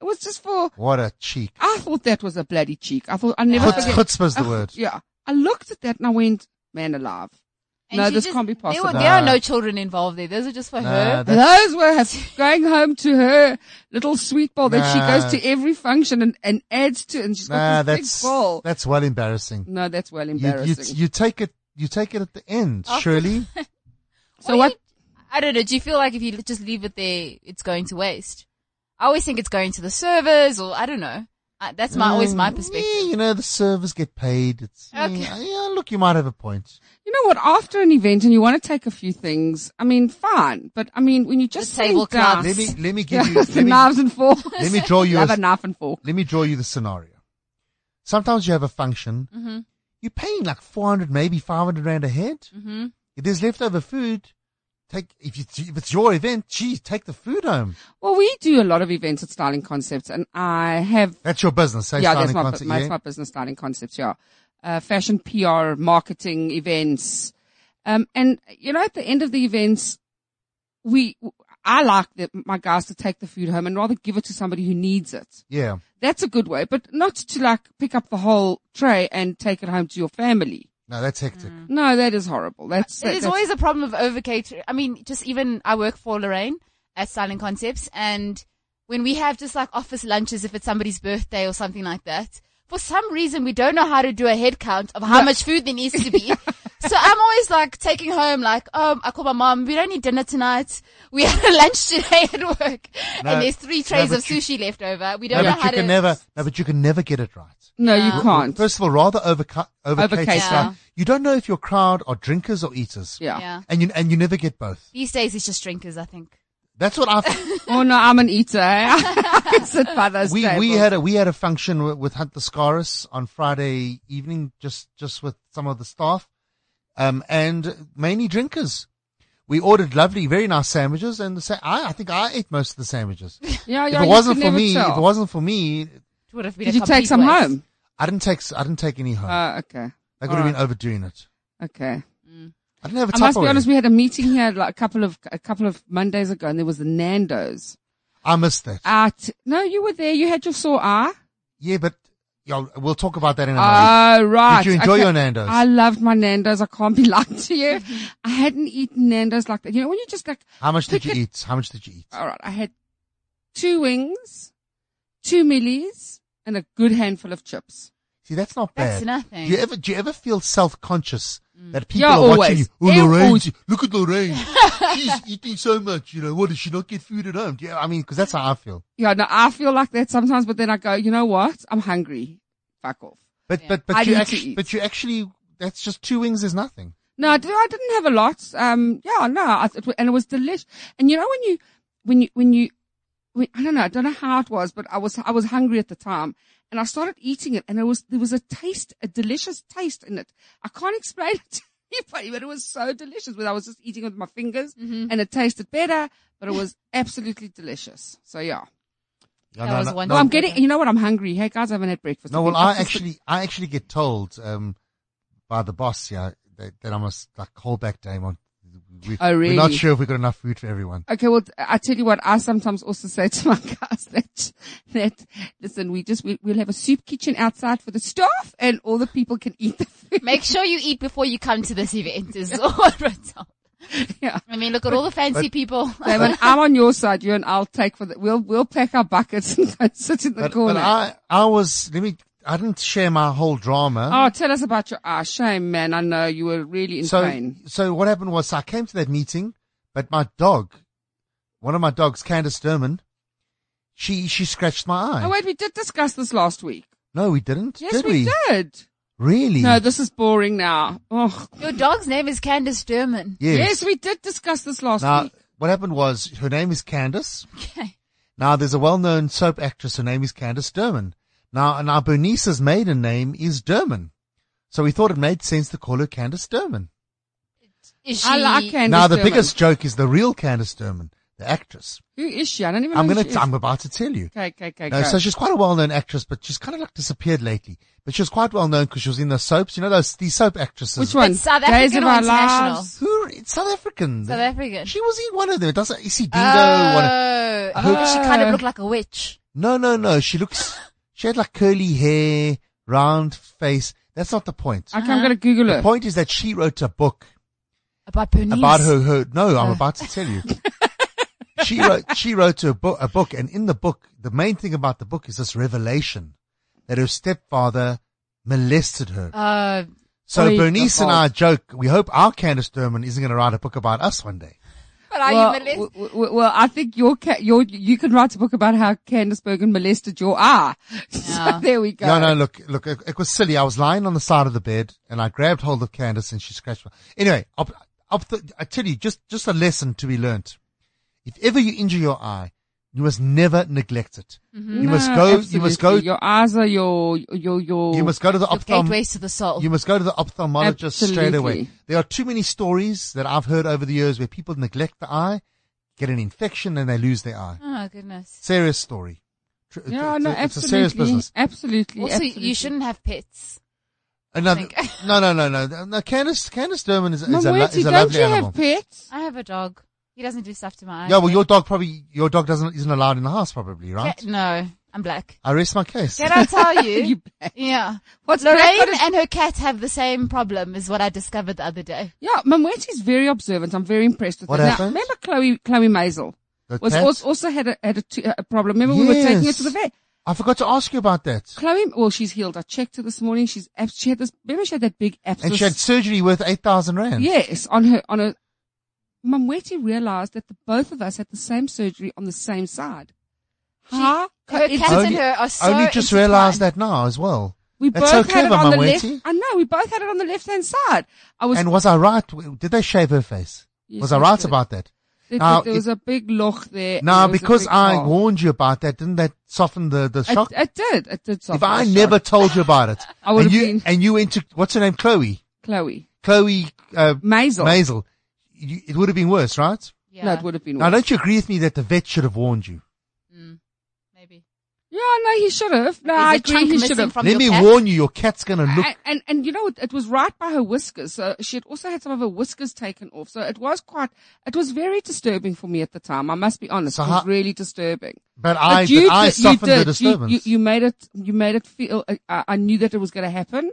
Speaker 2: it was just for
Speaker 1: What a cheek.
Speaker 2: I thought that was a bloody cheek. I thought I never
Speaker 1: Chutz,
Speaker 2: forget Oh,
Speaker 1: chutzpah's the
Speaker 2: I-
Speaker 1: word.
Speaker 2: Yeah. I looked at that and I went, Man alive.
Speaker 3: And
Speaker 2: No,
Speaker 3: she
Speaker 2: this
Speaker 3: just-
Speaker 2: can't be
Speaker 3: There, were,
Speaker 2: possible.
Speaker 3: there are
Speaker 1: Nah.
Speaker 3: no children involved there. Those are just for
Speaker 1: Nah,
Speaker 3: her.
Speaker 1: that's-
Speaker 2: Those were her, going home to her little sweet bowl that she
Speaker 1: Nah.
Speaker 2: goes to every function and, and adds to and she's
Speaker 1: Nah,
Speaker 2: got this
Speaker 1: that's
Speaker 2: big bowl.
Speaker 1: that's well embarrassing.
Speaker 2: no, that's well
Speaker 1: You, you,
Speaker 2: embarrassing.
Speaker 1: you take it you take it at the end,
Speaker 3: After-
Speaker 1: surely.
Speaker 2: so what
Speaker 3: I don't know. Do you feel like if you just leave it there, it's going to waste? I always think it's going to the servers, or I don't know. I, that's my always my
Speaker 1: Mm,
Speaker 3: perspective.
Speaker 1: yeah, you know, the servers get paid. It's
Speaker 3: Okay.
Speaker 1: yeah, yeah, look, you might have a point.
Speaker 2: you know what, after an event and you want to take a few things, I mean fine. But I mean when you just sitting down-
Speaker 3: tablecloth.
Speaker 1: Let me let me
Speaker 2: Yeah,
Speaker 1: give you
Speaker 2: the
Speaker 1: let me,
Speaker 2: knives and forks.
Speaker 1: let me draw you
Speaker 2: Love
Speaker 1: a,
Speaker 2: a knife and fork.
Speaker 1: let me draw you the scenario. Sometimes you have a function. You're paying like 400, maybe 500 rand a head.
Speaker 3: hmm
Speaker 1: If there's leftover food, take if you if it's your event, geez, take the food home.
Speaker 2: Well, we do a lot of events at Styling Concepts, and I have
Speaker 1: That's your business. Hey,
Speaker 2: yeah, that's
Speaker 1: styling
Speaker 2: my,
Speaker 1: concept,
Speaker 2: my,
Speaker 1: yeah?
Speaker 2: that's my business, Styling Concepts. Yeah, uh, fashion PR, marketing, events, um, and you know, at the end of the events, we I like that my guys to take the food home and rather give it to somebody who needs it.
Speaker 1: yeah.
Speaker 2: That's a good way, but not to like pick up the whole tray and take it home to your family.
Speaker 1: No, that's hectic.
Speaker 2: No, that is horrible. That's that-
Speaker 3: There's
Speaker 2: that's-
Speaker 3: always a problem of over catering. I mean, just even I work for Lorraine at Styling Concepts, and when we have just like office lunches, if it's somebody's birthday or something like that, for some reason we don't know how to do a head count of how much food there needs to be. so I'm always like taking home like, um, I call my mom. We don't need dinner tonight. We had a lunch today at work,
Speaker 1: No,
Speaker 3: and there's three trays
Speaker 1: but
Speaker 3: of
Speaker 1: you-
Speaker 3: sushi left over. We
Speaker 1: No,
Speaker 3: don't know
Speaker 1: but you
Speaker 3: how to.
Speaker 1: can never. No, but you can never get it right.
Speaker 2: no,
Speaker 3: Yeah.
Speaker 2: you can't.
Speaker 1: First of all, rather over over
Speaker 2: Overcater.
Speaker 1: cater
Speaker 3: Yeah.
Speaker 1: stuff. You don't know if your crowd are drinkers or eaters.
Speaker 2: yeah.
Speaker 3: yeah.
Speaker 1: And you and you never get both.
Speaker 3: These days it's just drinkers, I think.
Speaker 1: That's what I.
Speaker 2: Oh no, I'm an eater. I can sit by those
Speaker 1: we
Speaker 2: tables.
Speaker 1: we had a we had a function wi- with Hunt the Scaris on Friday evening, just just with some of the staff, um, and mainly drinkers. We ordered lovely, very nice sandwiches, and the sa- I, I think I ate most of the sandwiches.
Speaker 2: yeah,
Speaker 1: if
Speaker 2: yeah,
Speaker 1: it
Speaker 2: you
Speaker 1: wasn't
Speaker 2: could
Speaker 1: for
Speaker 2: never
Speaker 1: me,
Speaker 2: tell.
Speaker 1: if it wasn't for me,
Speaker 3: It would have been
Speaker 2: did
Speaker 3: a
Speaker 2: you take
Speaker 3: complete
Speaker 2: some
Speaker 3: waste.
Speaker 2: home?
Speaker 1: I didn't take s- I didn't take any home.
Speaker 2: Uh, okay,
Speaker 1: that would have been overdoing it.
Speaker 2: okay.
Speaker 1: I didn't have a
Speaker 2: I must be
Speaker 1: Tupperware.
Speaker 2: honest. We had a meeting here like a couple of a couple of Mondays ago, and there was the Nando's.
Speaker 1: I missed that.
Speaker 2: At no, you were there. You had your sore eye.
Speaker 1: Yeah, but Yeah, we'll talk about that in a moment.
Speaker 2: Oh, right.
Speaker 1: Did you enjoy
Speaker 2: Okay.
Speaker 1: your Nando's?
Speaker 2: I loved my Nando's. I can't be lying to you. I hadn't eaten Nando's like that. You know, when you just like,
Speaker 1: How much did you
Speaker 2: Pick
Speaker 1: eat? How much did you eat?
Speaker 2: all right, I had two wings, two millies, and a good handful of chips.
Speaker 1: See, that's not bad.
Speaker 3: That's nothing.
Speaker 1: Do you ever do you ever feel self conscious that people
Speaker 2: Mm. Yeah,
Speaker 1: are watching
Speaker 2: always.
Speaker 1: you?
Speaker 2: Ew,
Speaker 1: Oh, Lorraine,
Speaker 2: always.
Speaker 1: she- look at Lorraine. She's eating so much. You know, what does she not get food at home? Yeah, I mean, because that's how I feel.
Speaker 2: Yeah, no, I feel like that sometimes, but then I go, you know what? I'm hungry. Fuck off.
Speaker 1: But
Speaker 3: Yeah.
Speaker 1: but but
Speaker 2: I
Speaker 1: you
Speaker 2: need to
Speaker 1: actually
Speaker 2: eat.
Speaker 1: but you actually that's just two wings is nothing.
Speaker 2: No, I, did, I didn't have a lot. Um, yeah, no, I, it, wa- and it was delicious. And you know when you, when you, when you, when, I don't know, I don't know how it was, but I was, I was hungry at the time, and I started eating it, and it was there was a taste, a delicious taste in it. I can't explain it to anybody, but it was so delicious. When I was just eating with my fingers,
Speaker 1: Mm-hmm.
Speaker 2: and it tasted better, but it was absolutely delicious. So yeah,
Speaker 1: Yeah,
Speaker 3: That was one
Speaker 2: no, I'm
Speaker 3: good.
Speaker 2: getting, you know what, I'm hungry. Hey guys, I haven't had breakfast.
Speaker 1: No,
Speaker 2: I've
Speaker 1: well,
Speaker 2: been
Speaker 1: I
Speaker 2: up since-
Speaker 1: actually, I actually get told um, by the boss, yeah, that, that I must like call back Damon. We,
Speaker 2: Oh,
Speaker 1: We're not
Speaker 2: really?
Speaker 1: sure if we got enough food for everyone.
Speaker 2: Okay, well, I tell you what, I sometimes also say to my guys that, that listen, we just, we, we'll have a soup kitchen outside for the staff and all the people can eat the food.
Speaker 3: Make sure you eat before you come to this event. Is all right.
Speaker 2: Yeah.
Speaker 3: I mean, look at all the fancy people.
Speaker 2: Damon, I'm on your side. You and I'll take for the, we'll, we'll pack our buckets and go sit in the
Speaker 1: But,
Speaker 2: corner.
Speaker 1: but I, I was. Let me. I didn't share my whole drama.
Speaker 2: oh, tell us about your, ah, shame, man. I know you were really in
Speaker 1: so,
Speaker 2: pain.
Speaker 1: So what happened was I came to that meeting, but my dog, one of my dogs, Candace Durman, she she scratched my eye.
Speaker 2: Oh, wait, we did discuss this last week.
Speaker 1: no, we didn't.
Speaker 2: Yes,
Speaker 1: did
Speaker 2: we, did.
Speaker 1: Really?
Speaker 2: No, this is boring now. Oh,
Speaker 3: Your dog's name is Candace Durman.
Speaker 1: yes.
Speaker 2: yes, we did discuss this last
Speaker 1: Now
Speaker 2: week.
Speaker 1: what happened was her name is Candace.
Speaker 3: Okay.
Speaker 1: Now there's a well-known soap actress. Her name is Candace Durman. Now now Bernice's maiden name is Durman, so we thought it made sense to call her Candace Durman.
Speaker 3: Is she?
Speaker 2: I like Candace
Speaker 1: now the
Speaker 2: Durman.
Speaker 1: biggest joke is the real Candace Durman, the actress.
Speaker 2: Who is she? I don't even know
Speaker 1: I'm
Speaker 2: who
Speaker 1: gonna t-
Speaker 2: she is.
Speaker 1: I'm about to tell you.
Speaker 2: Okay, okay, okay.
Speaker 1: No,
Speaker 2: go.
Speaker 1: so she's quite a well-known actress, but she's kind of like disappeared lately. But she was quite well-known because she was in the soaps. You know those these soap actresses.
Speaker 2: Which one?
Speaker 3: It's South
Speaker 2: Days
Speaker 3: African
Speaker 2: of
Speaker 3: or
Speaker 2: Our
Speaker 3: international?
Speaker 2: Lives.
Speaker 1: Who? It's South African.
Speaker 3: South African.
Speaker 1: She was in one of them. It doesn't. Issy Dingo. one of-
Speaker 3: Oh,
Speaker 2: hope-
Speaker 3: she kind of looked like a witch.
Speaker 1: no, no, no. She looks. She had like curly hair, round face. That's not the point.
Speaker 2: Okay, I'm going to Google
Speaker 1: The
Speaker 2: it.
Speaker 1: point is that she wrote a book
Speaker 3: About Bernice.
Speaker 1: about her. Her. No, I'm about to tell you. she wrote. She wrote a book. A book, and in the book, the main thing about the book is this revelation that her stepfather molested her.
Speaker 3: Uh,
Speaker 1: So
Speaker 2: Oy,
Speaker 1: Bernice
Speaker 2: the
Speaker 1: and I joke, we hope our Candace Durman isn't going to write a book about us one day.
Speaker 3: but are
Speaker 2: well,
Speaker 3: you molested?
Speaker 2: w- w- well, I think your ca- your you can write a book about how Candace Bergen molested your eye. so
Speaker 3: Yeah.
Speaker 2: there we go.
Speaker 1: No, no, look, look, it, it was silly. I was lying on the side of the bed and I grabbed hold of Candace and she scratched my, anyway, up, up the, I tell you, just, just a lesson to be learnt. If ever you injure your eye, you must never neglect it. You must
Speaker 2: No,
Speaker 1: go, you must go,
Speaker 2: absolutely. Your eyes are your your your.
Speaker 1: you must go to the
Speaker 3: Your
Speaker 1: ophthalm,
Speaker 3: gateways to the soul.
Speaker 1: you must go to the ophthalmologist straight away.
Speaker 2: Absolutely.
Speaker 1: There are too many stories that I've heard over the years where people neglect the eye, get an infection and they lose their eye.
Speaker 3: oh goodness.
Speaker 1: serious story. Tr-
Speaker 2: Yeah,
Speaker 1: it's,
Speaker 2: no,
Speaker 1: it's
Speaker 2: absolutely,
Speaker 1: a serious business.
Speaker 2: Absolutely.
Speaker 3: Also,
Speaker 2: absolutely.
Speaker 3: you shouldn't have pets.
Speaker 1: Another,
Speaker 3: think.
Speaker 1: no, no, no, no, no. Candace, Candace Durman is, is,
Speaker 2: Mom,
Speaker 1: a, lo-
Speaker 2: wait,
Speaker 1: is a
Speaker 2: don't
Speaker 1: lovely
Speaker 2: you
Speaker 1: animal.
Speaker 2: have pets?
Speaker 3: I have a dog. He doesn't do stuff to my eyes.
Speaker 1: Yeah, well, your dog probably your dog doesn't isn't allowed in the house, probably, right?
Speaker 3: Ca- no, I'm black.
Speaker 1: I rest my case.
Speaker 3: Can I tell you?
Speaker 2: You black.
Speaker 3: yeah.
Speaker 2: What's black got
Speaker 3: Lorraine
Speaker 2: is-
Speaker 3: and her cat have the same problem, is what I discovered the other day.
Speaker 2: Yeah, Mamweti's very observant. I'm very impressed with
Speaker 1: What
Speaker 2: her. Now,
Speaker 1: happened?
Speaker 2: remember Chloe Chloe Mazel
Speaker 1: The
Speaker 2: was
Speaker 1: cat-
Speaker 2: also, also had a had a, t- a problem. Remember we were taking her
Speaker 1: Yes.
Speaker 2: to the vet.
Speaker 1: I forgot to ask you about that.
Speaker 2: Chloe, well, she's healed. I checked her this morning. She's abs- she had this. Remember, she had that big abscess.
Speaker 1: And she had surgery worth eight thousand rand.
Speaker 2: yes, on her on her. Mamweti realized that the both of us had the same surgery on the same side. How?
Speaker 3: Her
Speaker 2: it's-
Speaker 3: cat
Speaker 1: Only-
Speaker 3: and her are so
Speaker 1: Only just
Speaker 3: intertwined.
Speaker 1: realized that now as well.
Speaker 2: we
Speaker 1: That's
Speaker 2: both
Speaker 1: so
Speaker 2: had it
Speaker 1: clever,
Speaker 2: on the left.
Speaker 1: Mamweti.
Speaker 2: I know we both had it on the left hand side. I was.
Speaker 1: and was I right? Did they shave her face?
Speaker 2: Yes,
Speaker 1: was I
Speaker 2: they
Speaker 1: right
Speaker 2: did.
Speaker 1: about that?
Speaker 2: there,
Speaker 1: now,
Speaker 2: there was a big loch there. and
Speaker 1: Now,
Speaker 2: there was a
Speaker 1: because
Speaker 2: big
Speaker 1: I
Speaker 2: hole.
Speaker 1: warned you about that, didn't that soften the the
Speaker 2: It,
Speaker 1: shock?
Speaker 2: it did. It did.
Speaker 1: if
Speaker 2: soften
Speaker 1: I
Speaker 2: the shock.
Speaker 1: never told you about it,
Speaker 2: I would
Speaker 1: and
Speaker 2: have
Speaker 1: you
Speaker 2: been-
Speaker 1: and you went to what's her name, Chloe.
Speaker 2: Chloe
Speaker 1: Chloe uh,
Speaker 2: Mazel.
Speaker 1: Maisel, you, it would have been worse, right?
Speaker 3: Yeah,
Speaker 2: No, it would have been.
Speaker 1: Now,
Speaker 2: worse.
Speaker 1: don't you agree with me that the vet should have warned you?
Speaker 3: maybe.
Speaker 2: Yeah, no, he should have. No,
Speaker 3: Is
Speaker 2: I
Speaker 3: the
Speaker 2: agree.
Speaker 3: trunk
Speaker 2: He
Speaker 3: missing
Speaker 2: should have.
Speaker 3: from
Speaker 1: Let
Speaker 3: your
Speaker 1: me
Speaker 3: cat?
Speaker 1: warn you, your cat's going to look.
Speaker 2: And, and and you know it, it was right by her whiskers. So she had also had some of her whiskers taken off. So it was quite. It was very disturbing for me at the time. I must be honest.
Speaker 1: So
Speaker 2: it
Speaker 1: how-
Speaker 2: was really disturbing.
Speaker 1: But I,
Speaker 2: But you
Speaker 1: but I
Speaker 2: did- you
Speaker 1: softened
Speaker 2: did.
Speaker 1: the
Speaker 2: You-
Speaker 1: disturbance.
Speaker 2: You, you made it. You made it feel. uh, I, I knew that it was going to happen,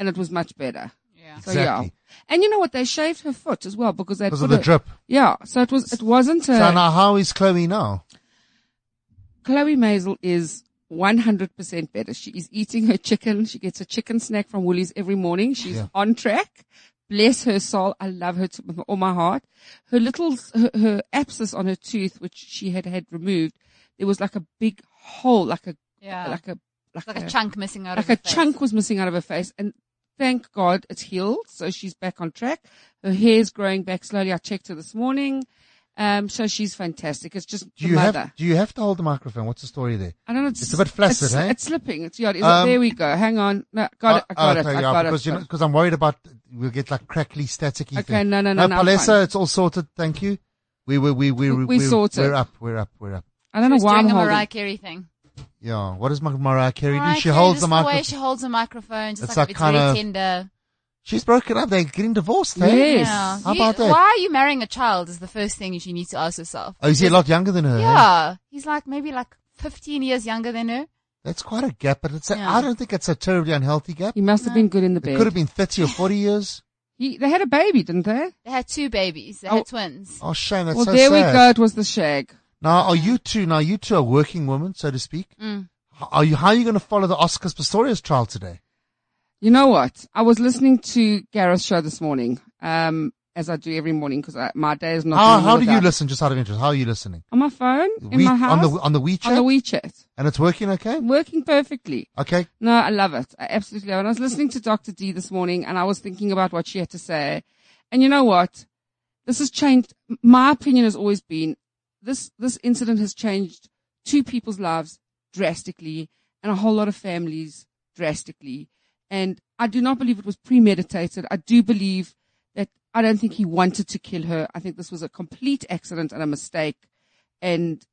Speaker 2: and it was much better.
Speaker 3: Yeah.
Speaker 2: So yeah.
Speaker 1: Exactly.
Speaker 2: And you know what? They shaved her foot as well because they
Speaker 1: because
Speaker 2: put
Speaker 1: of the
Speaker 2: a-
Speaker 1: drip.
Speaker 2: Yeah. So it was. It wasn't a.
Speaker 1: So now, how is Chloe now?
Speaker 2: Chloe Mazel is 100% better. She is eating her chicken. She gets a chicken snack from Woolies every morning. She's
Speaker 1: Yeah.
Speaker 2: on track. Bless her soul. I love her to, with all my heart. Her little, her, her abscess on her tooth, which she had had removed, there was like a big hole, like a,
Speaker 3: Yeah. Like,
Speaker 2: like a, like,
Speaker 3: a, chunk missing out
Speaker 2: like
Speaker 3: of
Speaker 2: a
Speaker 3: her face.
Speaker 2: chunk was missing out of her face. And thank God it's healed. So she's back on track. Her hair's growing back slowly. I checked her this morning. Um, so she's fantastic. It's just
Speaker 1: Do
Speaker 2: the
Speaker 1: you
Speaker 2: mother.
Speaker 1: have, do you have to hold the microphone? What's the story there?
Speaker 2: I don't know. It's,
Speaker 1: It's a bit flaccid,
Speaker 2: it's,
Speaker 1: eh?
Speaker 2: It's slipping. It's yeah. Is
Speaker 1: Um,
Speaker 2: it, there we go. Hang on. No, got it. I got
Speaker 1: Oh,
Speaker 2: it.
Speaker 1: okay,
Speaker 2: I
Speaker 1: yeah,
Speaker 2: got
Speaker 1: because
Speaker 2: it.
Speaker 1: you know, because I'm worried about we'll get like crackly staticky.
Speaker 2: Okay,
Speaker 1: thing.
Speaker 2: no, no, no, no, I'm
Speaker 1: Palesa,
Speaker 2: fine.
Speaker 1: it's all sorted. Thank you. We we we we
Speaker 2: We- we
Speaker 1: we're,
Speaker 2: sorted.
Speaker 1: We're up. We're up. We're up.
Speaker 2: I don't
Speaker 3: She
Speaker 2: know
Speaker 3: was
Speaker 2: why I'm
Speaker 3: doing a
Speaker 2: holding.
Speaker 3: Mariah Carey thing.
Speaker 1: Yeah. What does Mar- Mariah Carey do?
Speaker 3: Mariah
Speaker 1: She
Speaker 3: Carey,
Speaker 1: holds the
Speaker 3: just way
Speaker 1: microphone.
Speaker 3: she holds the microphone. Just
Speaker 1: It's
Speaker 3: like,
Speaker 1: that
Speaker 3: it's very
Speaker 1: kinda-
Speaker 3: tender.
Speaker 1: She's broken up. They're getting divorced. Hey?
Speaker 2: Yeah. Yes.
Speaker 3: Yeah.
Speaker 1: How
Speaker 3: You-
Speaker 1: about that?
Speaker 3: Why are you marrying a child is the first thing she needs to ask herself.
Speaker 1: Oh, is he a lot younger than her? eh?
Speaker 3: Yeah. He's like maybe like 15 years younger than her.
Speaker 1: That's quite a gap, but it's. A,
Speaker 3: Yeah.
Speaker 1: I don't think it's a terribly unhealthy gap.
Speaker 2: He must have been good in the
Speaker 1: It could
Speaker 2: bed.
Speaker 1: have been thirty or forty years.
Speaker 2: He, they had a baby, didn't they?
Speaker 3: They had two babies. They
Speaker 2: Oh.
Speaker 3: had twins.
Speaker 1: Oh, shame. That's
Speaker 2: well,
Speaker 1: so
Speaker 2: there we
Speaker 1: sad.
Speaker 2: go. It was the shag.
Speaker 1: Now, are you two? Now, you two are working women, so to speak.
Speaker 3: Mm.
Speaker 1: H- Are you? How are you going to follow the Oscars Pistorius trial today?
Speaker 2: You know what? I was listening to Gareth's show this morning, um, as I do every morning because my day is not.
Speaker 1: How,
Speaker 2: normal
Speaker 1: how do you
Speaker 2: without-
Speaker 1: listen? Just out of interest, how are you listening?
Speaker 2: On my phone, in
Speaker 1: We-
Speaker 2: my house,
Speaker 1: on the on the WeChat,
Speaker 2: on the WeChat,
Speaker 1: and it's working okay.
Speaker 2: working perfectly.
Speaker 1: Okay,
Speaker 2: No, I love it. I absolutely love it. And I was listening to Dr. D this morning and I was thinking about what she had to say. And you know what? This has changed. My opinion has always been this, this incident has changed two people's lives drastically and a whole lot of families drastically. And I do not believe it was premeditated. I do believe that I don't think he wanted to kill her. I think this was a complete accident and a mistake. And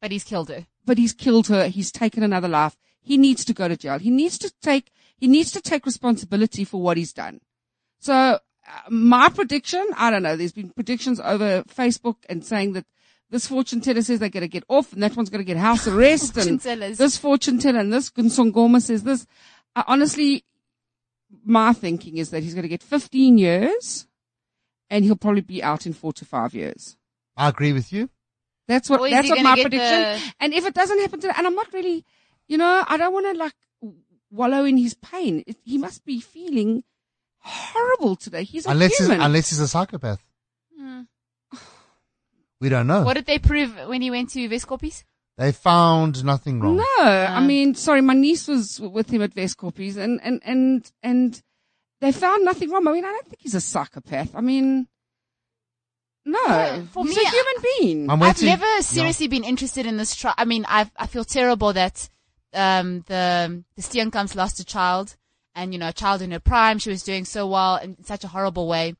Speaker 3: But he's killed her.
Speaker 2: but he's killed her. He's taken another life. He needs to go to jail. He needs to take, he needs to take responsibility for what he's done. So uh, my prediction, I don't know, there's been predictions over Facebook and saying that this fortune teller says they're going to get off and that one's going to get house arrest
Speaker 3: Fortune
Speaker 2: and
Speaker 3: tellers.
Speaker 2: this fortune teller and this Gunsongoma says this. I, honestly, my thinking is that he's going to get 15 years and he'll probably be out in four to five years.
Speaker 1: I agree with you.
Speaker 2: That's what
Speaker 3: Or is
Speaker 2: that's
Speaker 3: he
Speaker 2: what
Speaker 3: gonna
Speaker 2: my
Speaker 3: get
Speaker 2: prediction.
Speaker 3: the-
Speaker 2: And if it doesn't happen to, and I'm not really, you know, I don't want to like wallow in his pain. It, he must be feeling horrible today. He's a
Speaker 1: unless he's,
Speaker 2: human.
Speaker 1: unless he's a psychopath,
Speaker 3: Hmm.
Speaker 1: we don't know.
Speaker 3: What did they prove when he went to Vescopies?
Speaker 1: They found nothing wrong.
Speaker 2: no, I mean, sorry, my niece was with him at Vescopies, and and and and they found nothing wrong. I mean, I don't think he's a psychopath. I mean, no,
Speaker 3: No, for
Speaker 2: he's
Speaker 3: me,
Speaker 2: a
Speaker 3: I-
Speaker 2: human being.
Speaker 1: I went
Speaker 3: I've
Speaker 1: to-
Speaker 3: never
Speaker 1: yeah.
Speaker 3: seriously been interested in this trial. I mean, I I feel terrible that um, the the Steenkamps lost a child, and you know, a child in her prime. She was doing so well in such a horrible way.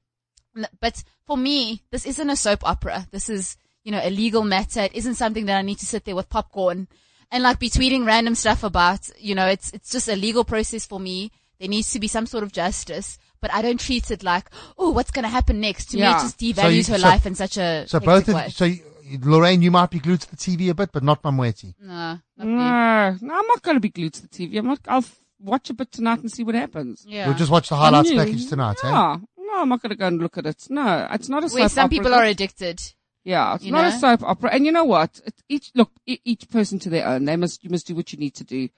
Speaker 3: N- But for me, this isn't a soap opera. This is you know a legal matter. It isn't something that I need to sit there with popcorn and like be tweeting random stuff about. You know, it's it's just a legal process for me. There needs to be some sort of justice. But I don't treat it like, oh, what's going to happen next? To me,
Speaker 2: Yeah.
Speaker 3: it just
Speaker 1: you-
Speaker 3: devalues her
Speaker 1: so-
Speaker 3: life in such a
Speaker 1: So
Speaker 3: hectic
Speaker 1: both of
Speaker 3: way.
Speaker 1: so you, Lorraine, you might be glued to the TV a bit, but not Mamweti.
Speaker 3: No, not me.
Speaker 2: no, no, I'm not going to be glued to the TV. I'm not. I'll f- watch a bit tonight and see what happens.
Speaker 3: Yeah.
Speaker 1: We'll just watch the highlights
Speaker 2: Yeah.
Speaker 1: package tonight. eh?
Speaker 2: Yeah. No, I'm not going to go and look at it. No, it's not a soap
Speaker 3: Where some
Speaker 2: opera.
Speaker 3: people are addicted.
Speaker 2: Yeah, it's
Speaker 3: you
Speaker 2: not
Speaker 3: know?
Speaker 2: a soap opera. And you know what? It, each look, e- each person to their own. They must you must do what you need to do.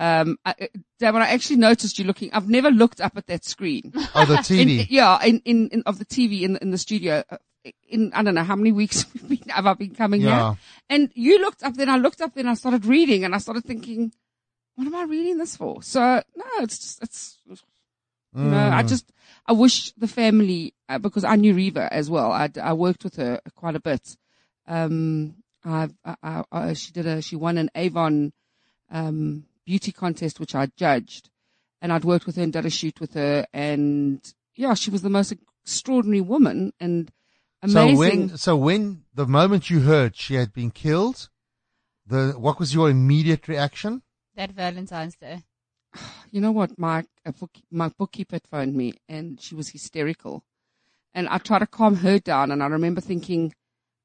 Speaker 2: Um, I, I- Damon, I actually noticed you looking. I've never looked up at that screen.
Speaker 1: Oh, the
Speaker 2: In-
Speaker 1: TV.
Speaker 2: yeah, in, in in of the TV in in the studio. uh, In I don't know how many weeks we've been, have I been coming
Speaker 1: Yeah.
Speaker 2: here? And you looked up, then I looked up, then I started reading, and I started thinking, what am I reading this for? So no, it's just, it's you know, I
Speaker 1: Mm.
Speaker 2: just, I wish the family, uh, because I knew Reva as well. I, I worked with her quite a bit. Um, I, I, I, I, she did a, she won an Avon, um, beauty contest, which I judged and I'd worked with her and done a shoot with her. And yeah, she was the most extraordinary woman and
Speaker 1: So
Speaker 2: amazing.
Speaker 1: when so when the moment you heard she had been killed, the what was your immediate reaction?
Speaker 3: That Valentine's Day.
Speaker 2: you know what, my a book, my bookkeeper had phoned me and she was hysterical, and I tried to calm her down. And I remember thinking,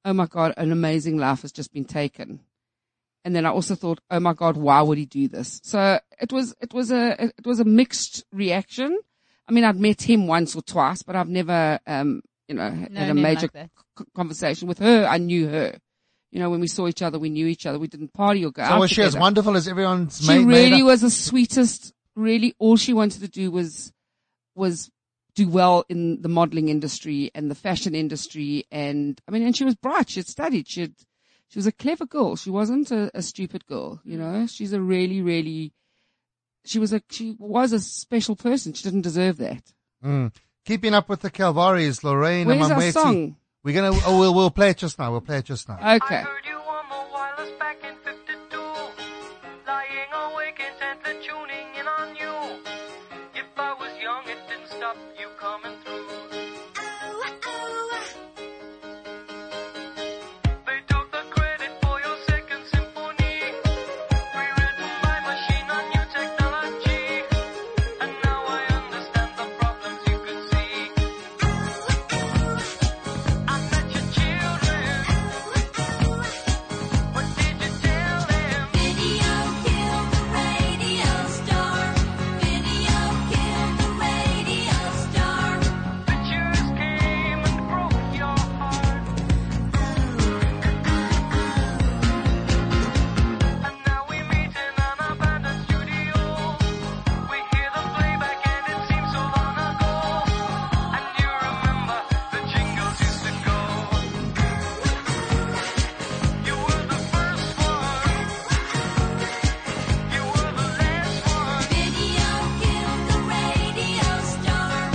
Speaker 2: "Oh my God, an amazing life has just been taken," And then I also thought, oh my God, why would he do this? So it was, it was a, it was a mixed reaction. I mean, I'd met him once or twice, but I've never, um, you know,
Speaker 3: No,
Speaker 2: had a
Speaker 3: no,
Speaker 2: major
Speaker 3: like that.
Speaker 2: c- conversation with her. I knew her. You know, when we saw each other, we knew each other. We didn't party or go
Speaker 1: So
Speaker 2: out.
Speaker 1: was she as
Speaker 2: together.
Speaker 1: wonderful as everyone's
Speaker 2: She
Speaker 1: made, made
Speaker 2: really
Speaker 1: her?
Speaker 2: was the sweetest. Really, all she wanted to do was was do well in the modeling industry and the fashion industry. And I mean, and she was bright. She had studied. She had, she was a clever girl. She wasn't a, a stupid girl.
Speaker 1: Mm.
Speaker 2: You know, she's a really, really. She was a she was a special person. She didn't deserve that.
Speaker 1: Mm. Keeping up with the Calvaries, Lorraine
Speaker 2: Where's
Speaker 1: and
Speaker 2: our
Speaker 1: Mamweti.
Speaker 2: song?
Speaker 1: We're gonna. Oh, we'll we'll play it just now. We'll play it just now.
Speaker 4: I uh,
Speaker 2: Okay.
Speaker 4: heard you on the wireless back in 52. Lying awake intently tuning in on you. If I was young, it didn't stop you coming through. They took the credit for your second symphony. Rewritten by machine on new technology. And now I understand the problems you could see. I met your children. What did you tell them?
Speaker 5: Video killed the radio star. Video killed the radio star.
Speaker 4: Pictures came and broke your heart. And now we meet in an abandoned studio. We hear the playback and it seems so long ago. And you remember the jingles used to go. You were the first one. You were the last one.
Speaker 5: Video killed the radio star.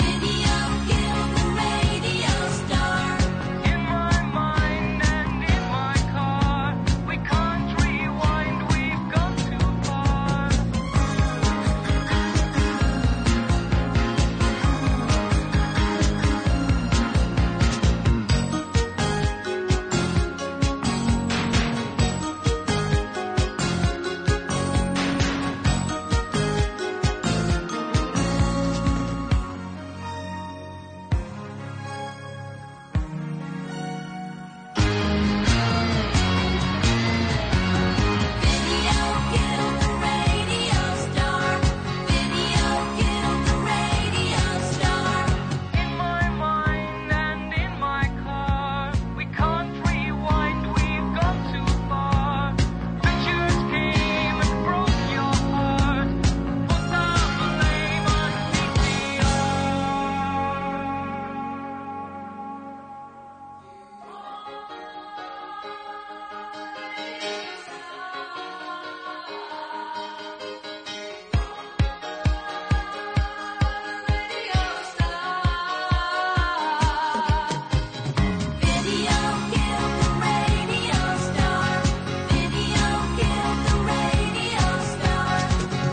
Speaker 5: Video killed the radio star.
Speaker 4: In my mind and in my car, we can't rewind. We've gone too far.
Speaker 5: Video killed the radio star. Video killed the radio star.
Speaker 4: In my mind and in my car, we can't rewind. We've gone too far. Pictures came and broke your heart. Put the blame on DVR.
Speaker 5: Video star. Video killed the radio star. Video killed the radio star.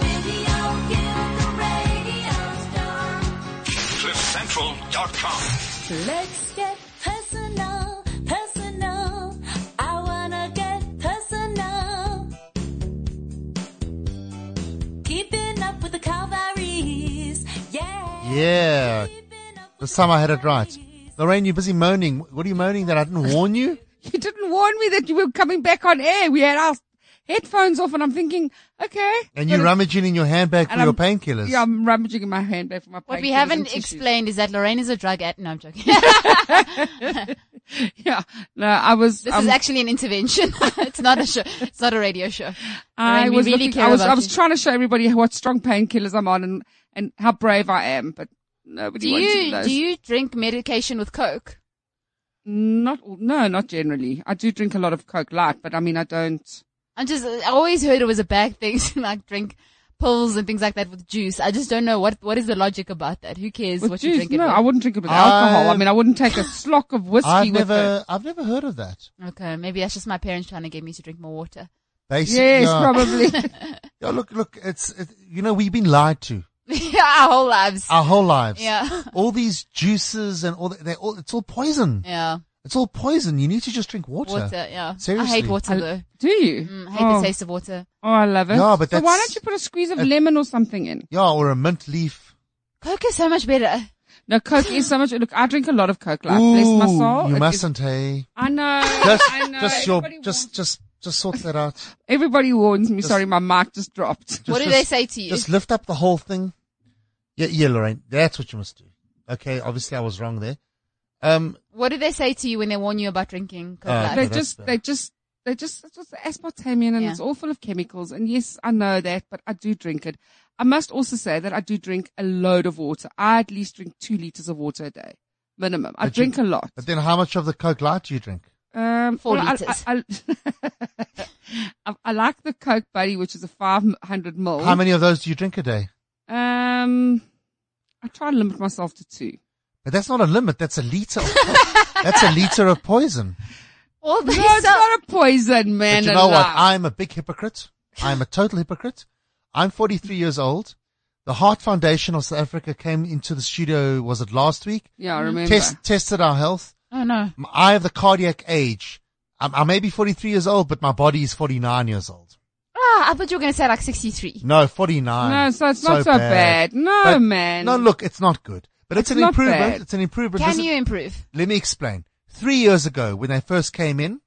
Speaker 5: Video killed the radio star.
Speaker 6: CliffCentral.com.
Speaker 5: Let's get personal, personal. I wanna get personal. Keeping up with the Calvaries, yeah.
Speaker 1: Yeah.
Speaker 5: Keeping up
Speaker 1: This time I had it right. Lorraine, you're busy moaning. What are you moaning that I didn't warn you?
Speaker 2: You didn't warn me that you were coming back on air. We had our headphones off, and I'm thinking, okay.
Speaker 1: And you
Speaker 2: But-
Speaker 1: rummaging in your handbag for
Speaker 2: And
Speaker 1: your
Speaker 2: I'm-
Speaker 1: painkillers.
Speaker 2: Yeah, I'm rummaging in my handbag for my.
Speaker 3: What
Speaker 2: painkillers
Speaker 3: we
Speaker 2: and
Speaker 3: haven't
Speaker 2: tissues.
Speaker 3: explained is that Lorraine is a drug addict. No, I'm joking.
Speaker 2: Yeah, no, I was.
Speaker 3: This
Speaker 2: um,
Speaker 3: is actually an intervention. it's not a show. It's not a radio show.
Speaker 2: I
Speaker 3: Lorraine, we
Speaker 2: was
Speaker 3: really
Speaker 2: looking-
Speaker 3: care
Speaker 2: I was.
Speaker 3: about
Speaker 2: I was
Speaker 3: you.
Speaker 2: trying to show everybody what strong painkillers I'm on and and how brave I am, but nobody
Speaker 3: Do
Speaker 2: wanted
Speaker 3: you
Speaker 2: those.
Speaker 3: do you drink medication with coke?
Speaker 2: Not all- no, not generally. I do drink a lot of Coke Light, but I mean, I don't.
Speaker 3: I'm just. I always heard it was a bad thing to like drink pills and things like that with juice. I just don't know what what is the logic about that. Who cares
Speaker 2: With
Speaker 3: what you
Speaker 2: juice,
Speaker 3: drink it
Speaker 2: no, I wouldn't drink it with
Speaker 1: I-
Speaker 2: alcohol. I mean, I wouldn't take a slock of whiskey
Speaker 1: I've
Speaker 2: with it.
Speaker 1: never, I've never heard of that.
Speaker 3: with? Okay, maybe that's just my parents trying to get me to drink more water.
Speaker 1: Basic,
Speaker 2: Yes,
Speaker 1: yeah.
Speaker 2: probably.
Speaker 1: Yeah, look, look, it's, it, you know, we've been lied to
Speaker 3: yeah, our whole lives.
Speaker 1: our whole lives.
Speaker 3: Yeah,
Speaker 1: All these juices and all, that- they all, it's all poison.
Speaker 3: yeah,
Speaker 1: It's all poison. You need to just drink water.
Speaker 3: water. Yeah, I
Speaker 1: Seriously.
Speaker 3: hate water though.
Speaker 2: Do you?
Speaker 3: Mm, I hate
Speaker 2: oh.
Speaker 3: the taste of water.
Speaker 2: Oh, I love it.
Speaker 1: Yeah, but
Speaker 2: so why
Speaker 1: that's-
Speaker 2: don't you put a squeeze of
Speaker 1: it-
Speaker 2: lemon or something in?
Speaker 1: Yeah, or a mint leaf.
Speaker 3: Coke is so much better.
Speaker 2: No, Coke is so much. Look, I drink a lot of Coke Light. Bless my
Speaker 1: Ooh,
Speaker 2: soul.
Speaker 1: You
Speaker 2: It is-
Speaker 1: mustn't, hey.
Speaker 2: I know.
Speaker 1: Just,
Speaker 2: I know.
Speaker 1: just your,
Speaker 2: Everybody wants-
Speaker 1: just, just Just sort that out.
Speaker 2: Everybody warns me.
Speaker 1: Just-
Speaker 2: Sorry, my mic just dropped.
Speaker 3: what
Speaker 1: Just-
Speaker 3: do they
Speaker 1: just-
Speaker 3: say to you?
Speaker 1: Just lift up the whole thing. Yeah, yeah, Lorraine. That's what you must do. Okay, obviously I was wrong there. Um,
Speaker 3: what do they say to you when they warn you about drinking Coke
Speaker 1: Uh,
Speaker 3: Light?
Speaker 2: They
Speaker 1: that's
Speaker 2: just,
Speaker 1: bad.
Speaker 2: they just, they just, it's just aspartame and
Speaker 3: Yeah.
Speaker 2: it's all full of chemicals. And yes, I know that, but I do drink it. I must also say that I do drink a load of water. I at least drink two liters of water a day, minimum. I
Speaker 1: But you-
Speaker 2: drink a lot.
Speaker 1: but then how much of the Coke Light do you drink?
Speaker 2: Um,
Speaker 3: Four
Speaker 2: I-
Speaker 3: litres.
Speaker 2: I, I- I- I like the Coke Buddy, which is a 500 mil.
Speaker 1: How many of those do you drink a day?
Speaker 2: Um, I try and limit myself to two.
Speaker 1: But that's not a limit. That's a liter. Of po- that's a liter of poison.
Speaker 3: Well, Oh, they
Speaker 2: No, it's
Speaker 3: sell-
Speaker 2: not a poison, man.
Speaker 1: But you know what?
Speaker 2: alive.
Speaker 1: I'm a big hypocrite. I'm a total hypocrite. I'm 43 years old. The Heart Foundation of South Africa came into the studio, was it last week?
Speaker 2: yeah, I
Speaker 3: Mm.
Speaker 2: remember.
Speaker 1: Test, tested our health.
Speaker 3: oh no.
Speaker 1: M- I have the cardiac age. I'm, I may be 43 years old, but my body is 49 years old.
Speaker 3: Ah, I thought you were going to say like 63.
Speaker 1: No, 49.
Speaker 2: No, so it's not so bad. No,
Speaker 1: But-
Speaker 2: man.
Speaker 1: No, look, it's not good. But it's,
Speaker 2: It's
Speaker 1: an
Speaker 2: not
Speaker 1: improvement.
Speaker 2: bad.
Speaker 1: It's an improvement.
Speaker 3: Can
Speaker 1: Listen-
Speaker 3: you improve?
Speaker 1: Let me explain. Three years ago, when they first came in,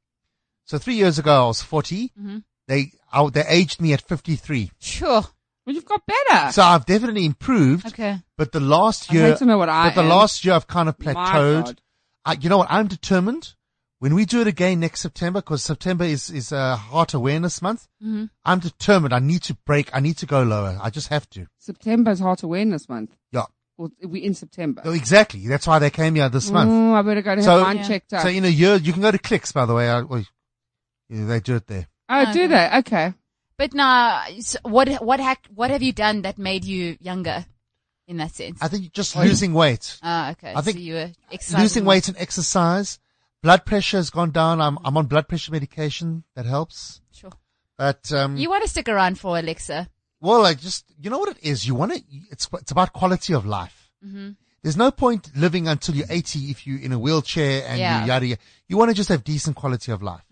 Speaker 1: so three years ago I was 40.
Speaker 2: Mm-hmm.
Speaker 1: They I, they aged me at 53.
Speaker 3: Sure.
Speaker 2: Well, you've got better.
Speaker 1: So I've definitely improved.
Speaker 3: Okay.
Speaker 1: But the last
Speaker 2: Ah. I'd
Speaker 1: year,
Speaker 2: hate to know what I
Speaker 1: but the
Speaker 2: am.
Speaker 1: last year I've kind of
Speaker 2: My
Speaker 1: plateaued.
Speaker 2: God.
Speaker 1: I, you know what? I'm determined. When we do it again next September, because September is is uh, Heart Awareness Month,
Speaker 3: Mm-hmm.
Speaker 1: I'm determined. I need to break. I need to go lower. I just have to.
Speaker 2: September is Heart Awareness Month.
Speaker 1: Yeah,
Speaker 2: Well, we're in September.
Speaker 1: No, exactly. That's why they came here this month.
Speaker 2: Oh, I better go to have
Speaker 1: Oh, So-
Speaker 2: mine
Speaker 3: Yeah.
Speaker 2: checked out.
Speaker 1: So in a year, you can go to Clicks, by the way. I, well, yeah, they do it there.
Speaker 2: oh, do
Speaker 3: Okay.
Speaker 2: that. Okay.
Speaker 3: But nah, so what what hack what have you done that made you younger in that sense?
Speaker 1: I think just losing weight,
Speaker 3: Ah, okay.
Speaker 1: I think
Speaker 3: so you were exercising
Speaker 1: losing
Speaker 3: more.
Speaker 1: weight and exercise. Blood pressure has gone down. I'm I'm on blood pressure medication. That helps.
Speaker 3: Sure.
Speaker 1: But um,
Speaker 3: You want to stick around for Alexa.
Speaker 1: well, like just you know what it is. You want to. It's it's about quality of life.
Speaker 3: Mm-hmm.
Speaker 1: There's no point living until you're 80 if you're in a wheelchair and
Speaker 3: Yeah. Mm-hmm.
Speaker 1: you yada yada. You want to just have decent quality of life.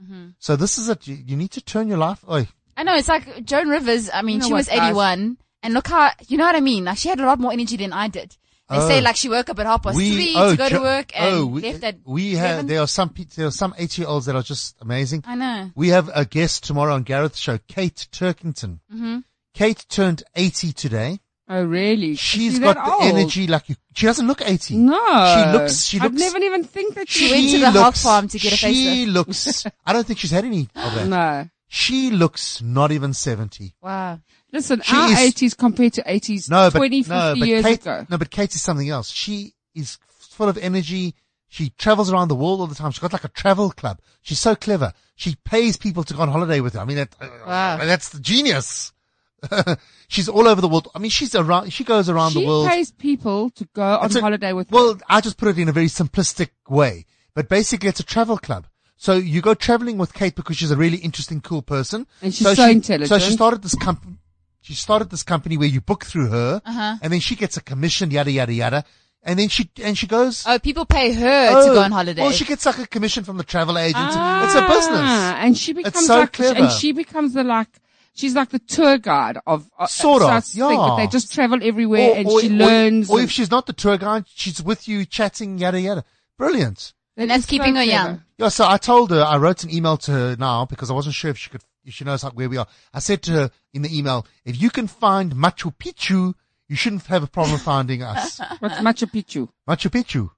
Speaker 1: So this is it. You, you need to turn your life. Oh,
Speaker 3: I know it's like Joan Rivers. I mean,
Speaker 2: You know
Speaker 3: she
Speaker 2: what,
Speaker 3: was
Speaker 2: guys?
Speaker 3: 81, and look how you know what I mean. Like she had a lot more energy than I did. They
Speaker 1: Oh.
Speaker 3: say like she woke up at half past three to go to
Speaker 1: Jo-
Speaker 3: work and
Speaker 1: oh, we,
Speaker 3: left at
Speaker 1: we have.
Speaker 3: 11.
Speaker 1: There are some pe- there are some 80 year olds that are just amazing.
Speaker 3: I know.
Speaker 1: We have a guest tomorrow on Gareth's show, Kate Turkington.
Speaker 3: Mm-hmm.
Speaker 1: Kate turned 80 today.
Speaker 2: Oh, really?
Speaker 1: She's
Speaker 2: Is she
Speaker 1: got
Speaker 2: that
Speaker 1: the
Speaker 2: old?
Speaker 1: energy like you. She doesn't look 80.
Speaker 2: No.
Speaker 1: She looks, she
Speaker 2: I'd
Speaker 1: looks.
Speaker 2: never even think that
Speaker 3: She
Speaker 2: she.
Speaker 3: went to the hog farm to get a
Speaker 1: She looks, I don't think she's had any of that.
Speaker 2: No.
Speaker 1: She looks not even 70.
Speaker 3: Wow.
Speaker 2: Listen,
Speaker 1: She
Speaker 2: our
Speaker 1: is-
Speaker 2: 80s compared to 80s
Speaker 1: No, but,
Speaker 2: 20, 50
Speaker 1: no, but
Speaker 2: years
Speaker 1: Kate,
Speaker 2: ago.
Speaker 1: no, but Kate is something else. She is full of energy. She travels around the world all the time. She's got like a travel club. She's so clever. She pays people to go on holiday with her. I mean, that, uh,
Speaker 3: Wow.
Speaker 1: that's the genius. she's all over the world. I mean, she's around, she goes around
Speaker 2: she
Speaker 1: the world.
Speaker 2: pays people to go on
Speaker 1: It's a-
Speaker 2: holiday with
Speaker 1: Well,
Speaker 2: her.
Speaker 1: I just put it in a very simplistic way, but basically it's a travel club. So you go traveling with Kate because she's a really interesting, cool person,
Speaker 2: And she's so
Speaker 1: she, So
Speaker 2: intelligent.
Speaker 1: she started this company. She started this company where you book through her,
Speaker 3: Uh-huh.
Speaker 1: and then she gets a commission, yada yada yada, and then she and she goes
Speaker 3: Oh, people pay her to
Speaker 1: "Oh,
Speaker 3: go on holiday.
Speaker 1: Well, she gets like a commission from the travel agent.
Speaker 2: Ah,
Speaker 1: it's a business.
Speaker 2: And she becomes
Speaker 1: so
Speaker 2: like,
Speaker 1: clever.
Speaker 2: and she becomes the like, she's like the tour guide of, uh,
Speaker 1: Sort of,
Speaker 2: such thing,
Speaker 1: yeah.
Speaker 2: but they just travel everywhere and she learns.
Speaker 1: Or,
Speaker 2: and
Speaker 1: if she's not the tour guide, she's with you chatting, yada yada. Brilliant.
Speaker 2: that
Speaker 3: And that's
Speaker 2: is so
Speaker 3: keeping her
Speaker 2: clever.
Speaker 3: young.
Speaker 1: Yeah, so I told her, I wrote an email to her now because I wasn't sure if she could, if she knows how, where we are. I said to her in the email, if you can find Machu Picchu, you shouldn't have a problem finding us.
Speaker 2: What's Machu Picchu?
Speaker 1: Machu Picchu.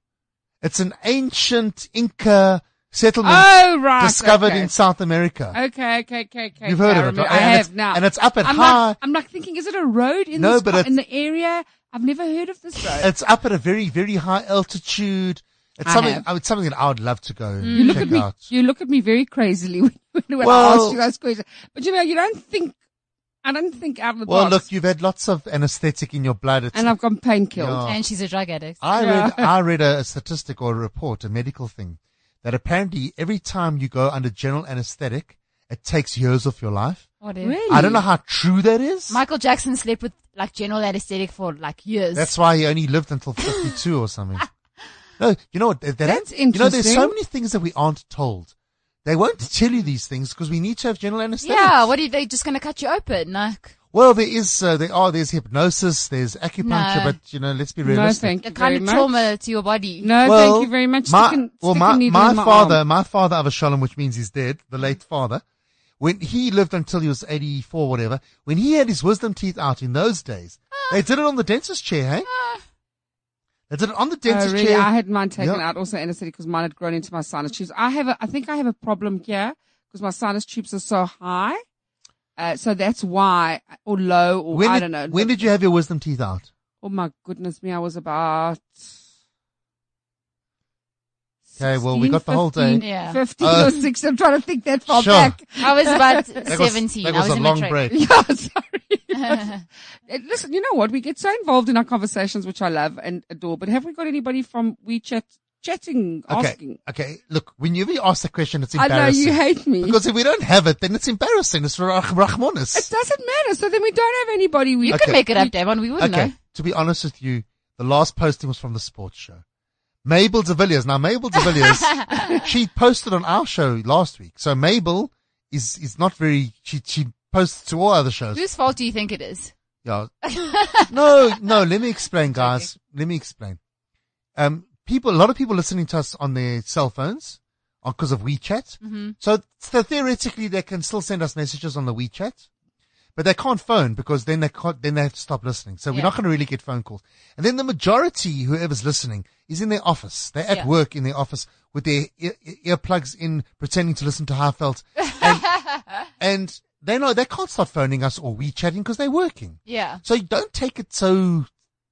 Speaker 1: It's an ancient Inca settlement
Speaker 2: Oh, right.
Speaker 1: discovered
Speaker 2: okay.
Speaker 1: in South America.
Speaker 2: Okay, okay, okay, okay.
Speaker 1: You've heard
Speaker 2: I
Speaker 1: of it,
Speaker 2: remember-
Speaker 1: right?
Speaker 2: I
Speaker 1: And
Speaker 2: have
Speaker 1: it's-
Speaker 2: now.
Speaker 1: and it's up at
Speaker 2: I'm
Speaker 1: high-
Speaker 2: Like, I'm like thinking, is it a road in,
Speaker 1: No,
Speaker 2: this,
Speaker 1: but
Speaker 2: co-
Speaker 1: it's-
Speaker 2: in the area? I've never heard of this road.
Speaker 1: It's up at a very, very high altitude. It's
Speaker 2: I
Speaker 1: something,
Speaker 2: have. Mm.
Speaker 1: oh, it's something that I would love to go
Speaker 2: You look
Speaker 1: check
Speaker 2: at me.
Speaker 1: out.
Speaker 2: You look at me very crazily when, when I
Speaker 1: Well-
Speaker 2: ask you those questions. But you know, you don't think. I don't think out of the
Speaker 1: Well,
Speaker 2: box.
Speaker 1: look, you've had lots of anesthetic in your blood. It's,
Speaker 2: and I've gone painkilled.
Speaker 1: Yeah.
Speaker 3: and she's a drug addict.
Speaker 1: I
Speaker 2: Yeah.
Speaker 1: read I read a, a statistic or a report, a medical thing, that apparently every time you go under general anesthetic, it takes years off your life.
Speaker 3: What is?
Speaker 2: Really?
Speaker 1: I don't know how true that is.
Speaker 3: Michael Jackson slept with like general anesthetic for like years.
Speaker 1: That's why he only lived until fifty two or something. No, you know what? That, that-
Speaker 2: That's
Speaker 1: You know, there's so
Speaker 2: interesting.
Speaker 1: many things that we aren't told. They won't tell you these things because we need to have general anesthetic.
Speaker 3: yeah. What are they just going to cut you open? Like
Speaker 1: Well, there is, uh, there are, there's hypnosis, there's acupuncture,
Speaker 3: No.
Speaker 1: but you know, let's be
Speaker 2: no,
Speaker 1: realistic.
Speaker 2: thank
Speaker 3: the
Speaker 2: you
Speaker 3: kind
Speaker 2: very
Speaker 3: of
Speaker 2: much.
Speaker 3: trauma to your body.
Speaker 2: No,
Speaker 1: Well,
Speaker 2: thank you very much.
Speaker 1: My,
Speaker 2: Stick an-
Speaker 1: well,
Speaker 2: stick a
Speaker 1: my,
Speaker 2: needle
Speaker 1: my
Speaker 2: in my
Speaker 1: father,
Speaker 2: arm.
Speaker 1: my father Avashalom, which means he's dead, the late father, when he lived until he was 84, whatever, when he had his wisdom teeth out in those days,
Speaker 2: Ah.
Speaker 1: they did it on the dentist chair, hey? They did it on the
Speaker 2: Oh,
Speaker 1: dentist
Speaker 2: really?
Speaker 1: chair.
Speaker 2: I had mine taken
Speaker 1: Yeah.
Speaker 2: out also anesthetic because mine had grown into my sinus tubes. I have a, I think I have a problem here because my sinus tubes are so high. Uh, so that's why, or low, or
Speaker 1: when
Speaker 2: I
Speaker 1: did,
Speaker 2: don't know.
Speaker 1: When did you have your wisdom teeth out?
Speaker 2: Oh my goodness me, I was about.
Speaker 1: Okay, well, we got the whole day.
Speaker 2: 15,
Speaker 3: Yeah.
Speaker 2: 15
Speaker 1: Uh,
Speaker 2: or 6. I'm trying to think that far
Speaker 1: sure.
Speaker 2: back.
Speaker 3: I was about
Speaker 1: That was-
Speaker 3: 17.
Speaker 1: That
Speaker 3: I
Speaker 1: was,
Speaker 3: was
Speaker 1: a
Speaker 3: in
Speaker 1: long
Speaker 3: matric.
Speaker 1: break.
Speaker 2: Yeah, sorry. Uh, Listen, you know what? We get so involved in our conversations, which I love and adore, but have we got anybody from WeChat chatting,
Speaker 1: Okay.
Speaker 2: asking?
Speaker 1: Okay. Look, whenever you ask the question, it's
Speaker 2: I know
Speaker 1: embarrassing.
Speaker 2: you hate me.
Speaker 1: because if we don't have it, then it's embarrassing. It's for Rah- Rahmanis.
Speaker 2: It doesn't matter. So then we don't have anybody. We
Speaker 3: You
Speaker 1: Okay.
Speaker 3: could make it up, Davon. We wouldn't
Speaker 1: okay.
Speaker 3: know.
Speaker 1: To be honest with you, the last posting was from the sports show. Mabel de Villiers. Now, Mabel de Villiers, she posted on our show last week. So Mabel is, is not very, she, she posts to all other shows.
Speaker 3: Whose fault do you think it is?
Speaker 1: Yeah. no, no, let me explain, guys. Let me explain. Um, people, a lot of people listening to us on their cell phones because of WeChat.
Speaker 3: Mm-hmm.
Speaker 1: So, so theoretically, they can still send us messages on the WeChat, but they can't phone because then they can't, then they have to stop listening. So we're
Speaker 3: Yeah.
Speaker 1: not going to really get phone calls. And then the majority, whoever's listening, is in their office. They're at
Speaker 3: Yeah.
Speaker 1: work in their office with their ear, ear- earplugs in, pretending to listen to Heartfelt. And, and they know they can't start phoning us or WeChatting because they're working.
Speaker 3: Yeah.
Speaker 1: So you don't take it so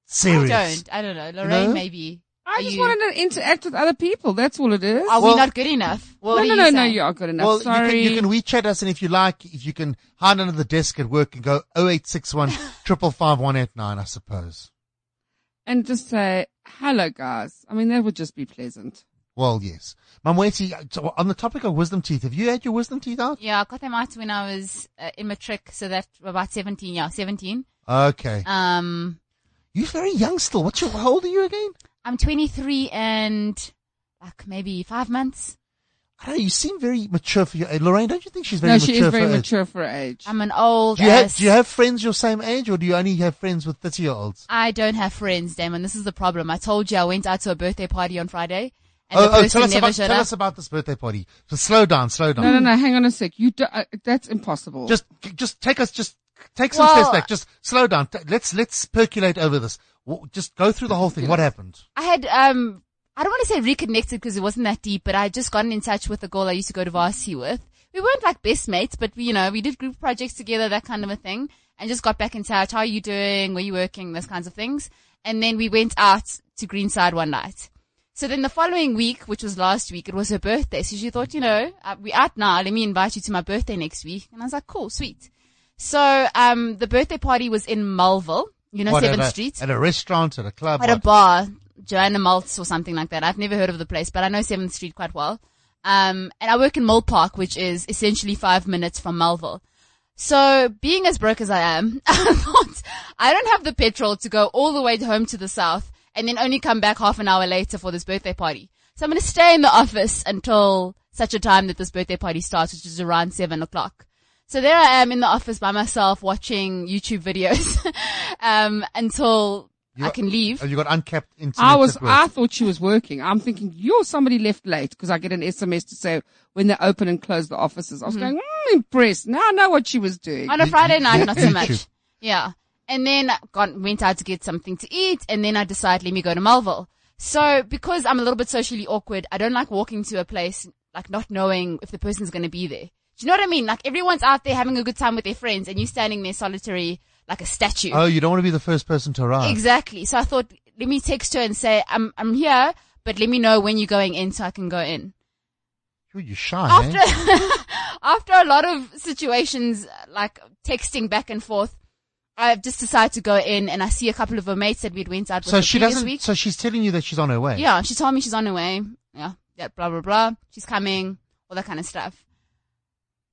Speaker 1: serious.
Speaker 3: I don't. I don't know. Lorraine,
Speaker 1: know?
Speaker 3: maybe.
Speaker 2: I
Speaker 3: Are
Speaker 2: just
Speaker 3: you-
Speaker 2: wanted to interact with other people. That's all it is.
Speaker 3: Are
Speaker 1: Well-
Speaker 3: we not good enough? What
Speaker 2: no, no,
Speaker 3: are you
Speaker 2: no, no.
Speaker 3: saying?
Speaker 2: You are good enough.
Speaker 1: Well, you can,
Speaker 2: Sorry.
Speaker 1: you can WeChat us, and if you like, if you can hide under the desk at work and go 0861 555 189, I suppose.
Speaker 2: and just say hello, guys. I mean, that would just be pleasant.
Speaker 1: Well, yes. Mamweti, so on the topic of wisdom teeth, have you had your wisdom teeth out?
Speaker 3: Yeah, I got them out when I was uh, in my trick, so that about 17, yeah, 17.
Speaker 1: Okay.
Speaker 3: Um,
Speaker 1: You're very young still. What's your, how old are you again?
Speaker 3: I'm 23 and like maybe five months.
Speaker 1: I don't know. You seem very mature for your age. Lorraine, don't you think she's very
Speaker 2: no,
Speaker 1: mature
Speaker 2: she is very
Speaker 1: for her age?
Speaker 2: mature for her age.
Speaker 3: I'm an old
Speaker 1: Do you, have,
Speaker 3: ass-
Speaker 1: do you have friends your same age, or do you only have friends with 30 year olds?
Speaker 3: I don't have friends, Damon. This is the problem. I told you I went out to a birthday party on Friday and
Speaker 1: Oh,
Speaker 3: the
Speaker 1: oh,
Speaker 3: person
Speaker 1: tell, us
Speaker 3: never
Speaker 1: about,
Speaker 3: showed
Speaker 1: tell
Speaker 3: up.
Speaker 1: us about this birthday party. So slow down, slow down.
Speaker 2: no, no, no. Hang on a sec. You do, uh, that's impossible.
Speaker 1: Just, just take us, just take some
Speaker 3: Well-
Speaker 1: steps back. Just slow down. T- Let's, let's percolate over this. W- Just go through the whole thing. What happened?
Speaker 3: I had um I don't want to say reconnected because it wasn't that deep, but I had just gotten in touch with the girl I used to go to varsity with. We weren't like best mates, but we, you know, we did group projects together, that kind of a thing, and just got back in touch. How are you doing? Were you working? Those kinds of things. And then we went out to Greenside one night. So then the following week, which was last week, it was her birthday. So she thought, you know, uh, we're out now. Let me invite you to my birthday next week. And I was like, cool, sweet. So, um, the birthday party was in Mulville, you know,
Speaker 1: What, at
Speaker 3: 7th
Speaker 1: a-
Speaker 3: Street
Speaker 1: At a restaurant, at a club.
Speaker 3: at a
Speaker 1: what?
Speaker 3: bar, Joanna Maltz or something like that. I've never heard of the place, but I know Seventh Street quite well. Um, and I work in Mole Park, which is essentially five minutes from Melville. So, being as broke as I am, I thought I don't have the petrol to go all the way home to the south and then only come back half an hour later for this birthday party. So I'm going to stay in the office until such a time that this birthday party starts, which is around seven o'clock. So there I am in the office by myself watching YouTube videos, um, until
Speaker 1: You-
Speaker 3: I can leave.
Speaker 1: Have Oh, you got uncapped internet?
Speaker 2: I was,
Speaker 1: at work?
Speaker 2: I thought she was working. I'm thinking, you're somebody left late because I get an SMS to say when they open and close the offices. I was
Speaker 1: Mm-hmm.
Speaker 2: going, mm, impressed. Now I know what she was doing.
Speaker 3: on a Friday night, not so
Speaker 1: YouTube.
Speaker 3: much. Yeah. And then I got, went out to get something to eat and then I decided let me go to Melville. So because I'm a little bit socially awkward, I don't like walking to a place like not knowing if the person's going to be there. Do you know what I mean? Like everyone's out there having a good time with their friends and you standing there solitary like a statue.
Speaker 1: Oh, you don't want to be the first person to arrive.
Speaker 3: Exactly. So I thought, let me text her and say, I'm, I'm here, but let me know when you're going in so I can go in
Speaker 1: Ooh, You're shy. eh?
Speaker 3: after after a lot of situations like texting back and forth, I've just decided to go in and I see a couple of her mates that we'd went out with
Speaker 1: So
Speaker 3: the
Speaker 1: she
Speaker 3: previous
Speaker 1: doesn't,
Speaker 3: week.
Speaker 1: so she's telling you that she's on her way.
Speaker 3: Yeah, she told me she's on her way. Yeah, yeah, blah blah blah. She's coming, all that kind of stuff.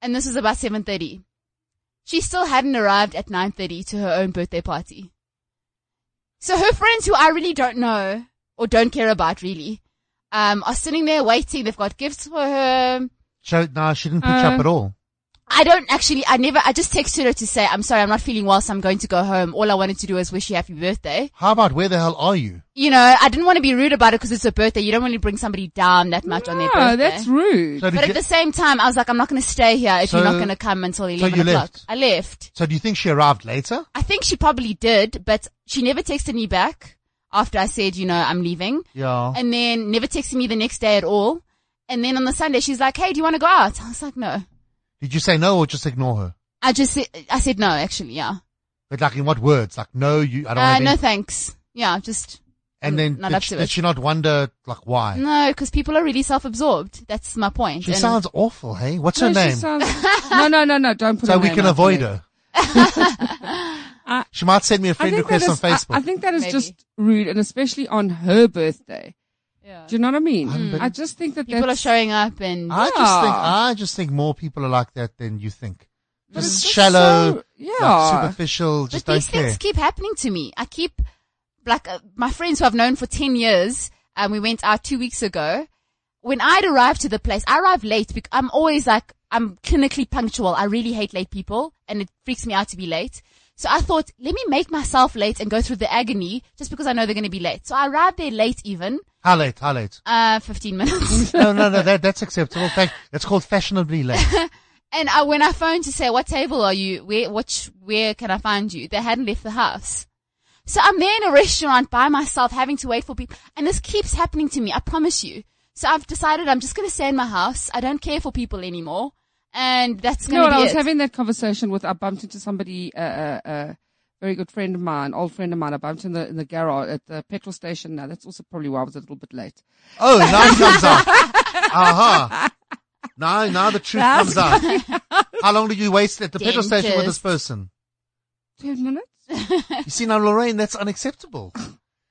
Speaker 3: And this was about seven thirty. She still hadn't arrived at nine thirty to her own birthday party. So her friends, who I really don't know or don't care about, really, um, are sitting there waiting. They've got gifts for her.
Speaker 1: So, no, she didn't pitch
Speaker 2: Uh,
Speaker 1: up at all.
Speaker 3: I don't actually, I never, I just texted her to say, I'm sorry, I'm not feeling well, so I'm going to go home. All I wanted to do was wish you happy birthday.
Speaker 1: How about where the hell are you?
Speaker 3: You know, I didn't want to be rude about it because it's her birthday. You don't want to bring somebody down that much on their birthday.
Speaker 2: No, that's rude.
Speaker 1: So,
Speaker 3: but
Speaker 1: did you,
Speaker 3: at the same time, I was like, I'm not going to stay here if you're
Speaker 1: So-
Speaker 3: not going to come until 11
Speaker 1: you
Speaker 3: o'clock.
Speaker 1: left?
Speaker 3: I left.
Speaker 1: so do you think she arrived later?
Speaker 3: I think she probably did, but she never texted me back after I said, you know, I'm leaving.
Speaker 1: Yeah.
Speaker 3: And then never texted me the next day at all. And then on the Sunday, she's like, hey, do you want to go out? I was like, no.
Speaker 1: Did you say no or just ignore her?
Speaker 3: I just, said- I said no, actually, yeah.
Speaker 1: But like in what words? Like no, you. I don't.
Speaker 3: Uh,
Speaker 1: have
Speaker 3: no
Speaker 1: any-
Speaker 3: thanks. Yeah, just,
Speaker 1: and then
Speaker 3: not
Speaker 1: did,
Speaker 3: up
Speaker 1: she,
Speaker 3: to
Speaker 1: did
Speaker 3: it.
Speaker 1: she not wonder like why?
Speaker 3: no, because people are really self-absorbed. That's my point.
Speaker 1: She
Speaker 3: And-
Speaker 1: sounds awful. Hey, what's her
Speaker 2: No, she
Speaker 1: name?
Speaker 2: sounds- no, no, no, no. Don't put.
Speaker 1: So
Speaker 2: her
Speaker 1: we
Speaker 2: name
Speaker 1: can
Speaker 2: out
Speaker 1: avoid
Speaker 2: there.
Speaker 1: her. she might send me a
Speaker 2: I
Speaker 1: friend
Speaker 2: think that
Speaker 1: request on
Speaker 2: is. I,
Speaker 1: Facebook.
Speaker 2: I think that is
Speaker 3: Maybe.
Speaker 2: just rude, and especially on her birthday.
Speaker 3: Yeah.
Speaker 2: Do you know what I mean?
Speaker 1: Unbelievable.
Speaker 2: I just think that
Speaker 3: people are
Speaker 2: that's,
Speaker 3: showing up and
Speaker 1: I just think
Speaker 2: Yeah.
Speaker 1: I just think more people are like that than you think.
Speaker 2: but it's
Speaker 1: Just
Speaker 2: just
Speaker 1: shallow,
Speaker 2: so- yeah.
Speaker 1: like, superficial. Just
Speaker 3: but
Speaker 1: don't
Speaker 3: these
Speaker 1: care.
Speaker 3: things keep happening to me. I keep like uh, my friends who I've known for ten years, and we went out two weeks ago. When I'd arrived to the place, I arrived late because I'm always like I'm clinically punctual. I really hate late people, and it freaks me out to be late. So I thought, let me make myself late and go through the agony just because I know they're going to be late. So I arrived there late, even
Speaker 1: How late? How late?
Speaker 3: uh, 15 minutes.
Speaker 1: no, no, no. That, that's acceptable. Thank, that's called fashionably late.
Speaker 3: And I, when I phoned to say, what table are you? Where, what, sh- where can I find you? They hadn't left the house. So I'm there in a restaurant by myself having to wait for people. And this keeps happening to me. I promise you. So I've decided I'm just going to stay in my house. I don't care for people anymore. And that's
Speaker 2: You
Speaker 3: going
Speaker 2: know,
Speaker 3: to
Speaker 2: what,
Speaker 3: be
Speaker 2: I was
Speaker 3: it.
Speaker 2: having that conversation with. I bumped into somebody, a uh, uh, uh, very good friend of mine, old friend of mine. I bumped in the in the garage at the petrol station. Now that's also probably why I was a little bit late.
Speaker 1: Oh, now it comes out. Aha. Now, now the truth comes out. How long did you waste at the petrol station with this
Speaker 3: Dentist.
Speaker 1: person?
Speaker 2: Ten minutes.
Speaker 1: You see now, Lorraine, that's unacceptable.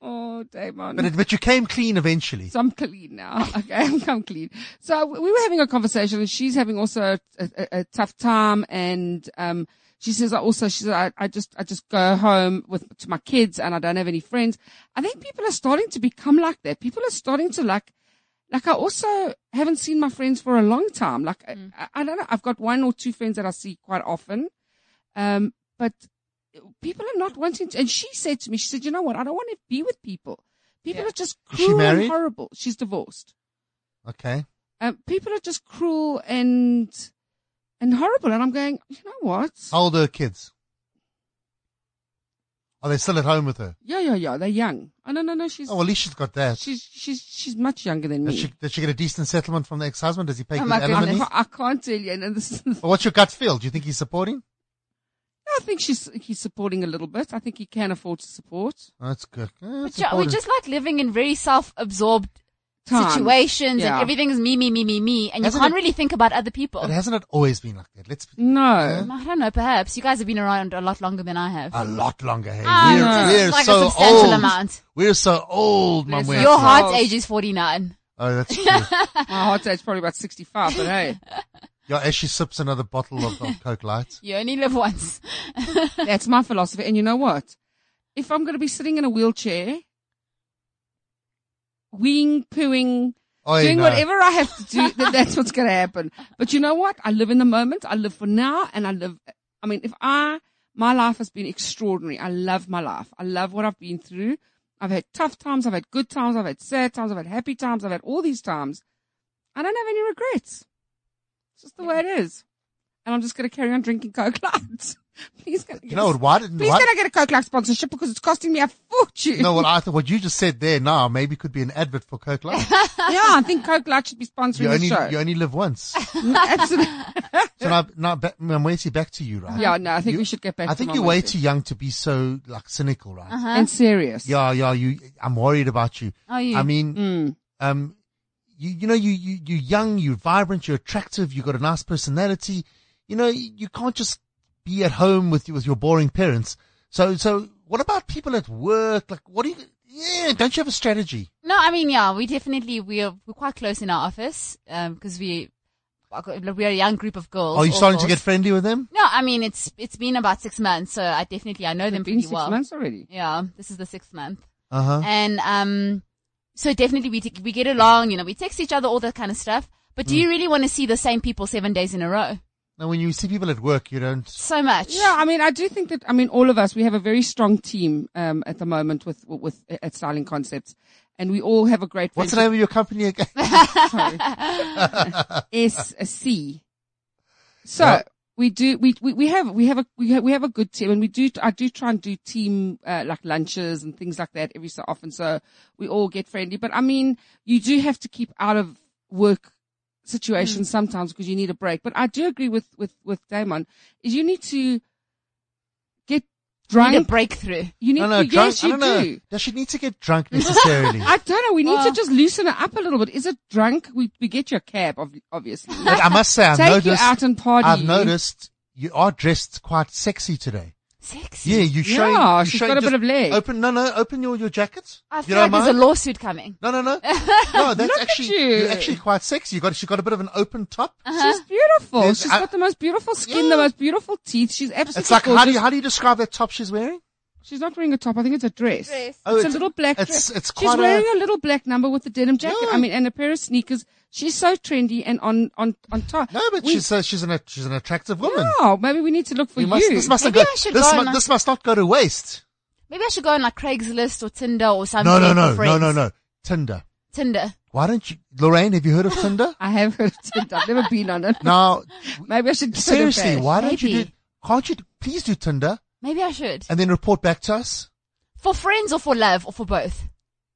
Speaker 2: Oh, Damon.
Speaker 1: But it, but you came clean eventually.
Speaker 2: So I'm clean now. Okay, I'm, I'm clean. So we were having a conversation, and she's having also a, a, a tough time, and um, she says I also she said I, I just I just go home with to my kids, and I don't have any friends. I think people are starting to become like that. People are starting to like. Like I also haven't seen my friends for a long time. Like I- I, I don't know. I've got one or two friends that I see quite often. Um, but people are not wanting to. And she said to me, she said, you know what? I don't want to be with people. People are just
Speaker 1: Is she
Speaker 2: cruel and
Speaker 1: married?
Speaker 2: horrible. She's divorced.
Speaker 1: Okay.
Speaker 2: Um, people are just cruel and and horrible. And I'm going, you know what?
Speaker 1: How old are her kids? Are they still at home with her?
Speaker 2: Yeah, yeah, yeah. They're young. Oh no, no, no. She's
Speaker 1: Oh, well, at least she's got that.
Speaker 2: she's she's she's much younger than
Speaker 1: Does
Speaker 2: me.
Speaker 1: she, does she get a decent settlement from the ex-husband? Does he pay
Speaker 2: Oh
Speaker 1: good
Speaker 2: my
Speaker 1: alimony?
Speaker 2: goodness! I can't tell you. And this is-
Speaker 1: Or what's your gut feel? Do you think he's supporting?
Speaker 2: I think she's he's supporting a little bit. I think he can afford to support.
Speaker 1: Oh, that's good. Eh,
Speaker 3: But
Speaker 1: that's
Speaker 3: ju- we're
Speaker 1: important.
Speaker 3: just like living in very self-absorbed
Speaker 2: Time.
Speaker 3: situations
Speaker 2: Yeah.
Speaker 3: and everything is me, me, me, me, me. And you
Speaker 1: Hasn't
Speaker 3: can't
Speaker 1: it-
Speaker 3: really think about other people.
Speaker 1: But hasn't it always been like that? Let's be
Speaker 2: No.
Speaker 3: I don't know, perhaps. You guys have been around a lot longer than I have.
Speaker 1: a lot longer. Hey,
Speaker 3: Ah,
Speaker 1: we're,
Speaker 3: just
Speaker 1: we're
Speaker 3: like a
Speaker 1: so
Speaker 3: substantial
Speaker 1: old.
Speaker 3: amount.
Speaker 1: We're so old, mum.
Speaker 2: Yes,
Speaker 1: we're
Speaker 2: That's
Speaker 3: Your
Speaker 1: so-
Speaker 2: hard-
Speaker 3: heart's age is 49.
Speaker 1: Oh, that's true.
Speaker 2: My heart rate's probably about 65, but hey,
Speaker 1: Yeah, as she sips another bottle of, of Coke Light.
Speaker 3: You only live once.
Speaker 2: that's my philosophy. And you know what? If I'm going to be sitting in a wheelchair, weeing, pooing,
Speaker 1: Oh,
Speaker 2: doing
Speaker 1: no.
Speaker 2: whatever I have to do, then that's what's going to happen. But you know what? I live in the moment. I live for now and I live, I mean, if I, my life has been extraordinary. I love my life. I love what I've been through. I've had tough times. I've had good times. I've had sad times. I've had happy times. I've had all these times. I don't have any regrets. It's just the way it is. And I'm just going to carry on drinking Coke Light. Please, can I get
Speaker 1: You know
Speaker 2: a,
Speaker 1: what? Why didn't?
Speaker 2: please
Speaker 1: Why,
Speaker 2: can I get a Coke Light sponsorship because it's costing me a fortune.
Speaker 1: no, well, I thought what you just said there now maybe could be an advert for Coke Light.
Speaker 2: yeah, I think Coke Light should be sponsoring
Speaker 1: you
Speaker 2: the
Speaker 1: only
Speaker 2: show.
Speaker 1: you only live once.
Speaker 2: Absolutely.
Speaker 1: So now, now back, Mwesi, back to you, right?
Speaker 2: Yeah, no, I think
Speaker 1: You-
Speaker 2: we should get back.
Speaker 1: I
Speaker 2: to
Speaker 1: think
Speaker 2: my
Speaker 1: you're way
Speaker 2: message.
Speaker 1: too young to be so like cynical, right?
Speaker 3: Uh-huh.
Speaker 2: and serious.
Speaker 1: Yeah, yeah. You, I'm worried about you.
Speaker 3: Are you?
Speaker 1: I mean,
Speaker 2: Mm.
Speaker 1: um, you, you know, you, you, you're young, you're vibrant, you're attractive, you've got a nice personality. You know, you you can't just be at home with, with your boring parents. So, so what about people at work? Like, what do you, yeah, don't you have a strategy?
Speaker 3: no, I mean, yeah, we definitely, we're, we're quite close in our office, um, cause we, we're a young group of girls.
Speaker 1: Are you
Speaker 3: all
Speaker 1: starting to
Speaker 3: girls.
Speaker 1: get friendly with them?
Speaker 3: No, I mean, it's, it's been about six months, so I definitely, I know
Speaker 2: It's
Speaker 3: them
Speaker 2: been
Speaker 3: pretty
Speaker 2: six
Speaker 3: well.
Speaker 2: months already.
Speaker 3: Yeah, this is the sixth month.
Speaker 1: Uh huh.
Speaker 3: And, um, so definitely we, t- we get
Speaker 1: Hmm.
Speaker 3: along, you know, we text each other, all that kind of stuff. But do you really want to see the same people seven days in a row?
Speaker 1: Now, when you see people at work, you don't.
Speaker 3: So much.
Speaker 2: Yeah, I mean, I do think that. I mean, all of us we have a very strong team um, at the moment with with at Styling Concepts, and we all have a great.
Speaker 1: What's the name of your company again? Uh.
Speaker 2: S C. So
Speaker 1: Yeah.
Speaker 2: we do we, we we have we have a we have, we have a good team, and we do I do try and do team uh, like lunches and things like that every so often. So we all get friendly, but I mean, you do have to keep out of work situations
Speaker 1: Mm.
Speaker 2: sometimes because you need a break. But I do agree with with with Damon is you need to get
Speaker 3: Need a
Speaker 2: drunk.
Speaker 3: breakthrough.
Speaker 2: You need
Speaker 1: no, no,
Speaker 2: to,
Speaker 1: drunk.
Speaker 2: yes,
Speaker 1: I
Speaker 2: you
Speaker 1: don't know.
Speaker 2: do.
Speaker 1: Does she need to get drunk necessarily?
Speaker 2: I don't know. We need
Speaker 3: Well-
Speaker 2: to just loosen it up a little bit. Is it drunk? We we get your cab, ob- obviously.
Speaker 1: but I must say, I've
Speaker 2: Take you
Speaker 1: noticed.
Speaker 2: out and party.
Speaker 1: I've noticed you are dressed quite sexy today.
Speaker 3: Sexy.
Speaker 1: Yeah, you show.
Speaker 2: Yeah,
Speaker 1: you
Speaker 2: she's
Speaker 1: show
Speaker 2: got a
Speaker 1: just
Speaker 2: bit of leg.
Speaker 1: Open, no, no, open your your jacket.
Speaker 3: I feel
Speaker 1: you don't
Speaker 3: like there's a
Speaker 1: mind?
Speaker 3: lawsuit coming.
Speaker 1: no, no, no, no. That's
Speaker 2: Look at
Speaker 1: actually
Speaker 2: you.
Speaker 1: you're actually quite sexy. You got she got a bit of an open top.
Speaker 2: She's beautiful.
Speaker 1: There's-
Speaker 2: She's
Speaker 1: I-
Speaker 2: got the most beautiful skin, the
Speaker 1: Yeah.
Speaker 2: most beautiful teeth. She's absolutely
Speaker 1: It's like
Speaker 2: gorgeous.
Speaker 1: how do you, how do you describe that top she's wearing?
Speaker 2: She's not wearing a top. I think it's a dress.
Speaker 1: Oh,
Speaker 2: it's,
Speaker 1: it's-
Speaker 2: a little black
Speaker 1: it's-
Speaker 2: dress.
Speaker 1: it's
Speaker 2: She's
Speaker 1: quite a-
Speaker 2: wearing a little black number with a denim jacket.
Speaker 1: Yeah.
Speaker 2: I mean, and a pair of sneakers. She's so trendy and on on on top.
Speaker 1: No, but
Speaker 2: We-
Speaker 1: she's uh, she's an she's an attractive woman.
Speaker 2: Oh, maybe we need to look for
Speaker 1: You
Speaker 2: you.
Speaker 1: must, this must not
Speaker 3: Maybe
Speaker 1: go,
Speaker 3: I should
Speaker 1: this,
Speaker 3: go
Speaker 1: mu-
Speaker 3: on a-
Speaker 1: this must not go to waste.
Speaker 3: Maybe I should go on like Craigslist or Tinder or something.
Speaker 1: No, no, no,
Speaker 3: for
Speaker 1: no,
Speaker 3: friends.
Speaker 1: no, no. Tinder.
Speaker 3: Tinder.
Speaker 1: Why don't you, Lorraine? Have you heard of Tinder?
Speaker 2: I have heard of Tinder. I've never been on it.
Speaker 1: Now,
Speaker 2: Maybe I should give it a
Speaker 1: seriously,
Speaker 2: bash.
Speaker 1: why don't you do?
Speaker 3: Maybe.
Speaker 1: Can't you please do Tinder
Speaker 3: Maybe I should.
Speaker 1: and then report back to us?
Speaker 3: For friends or for love or for both.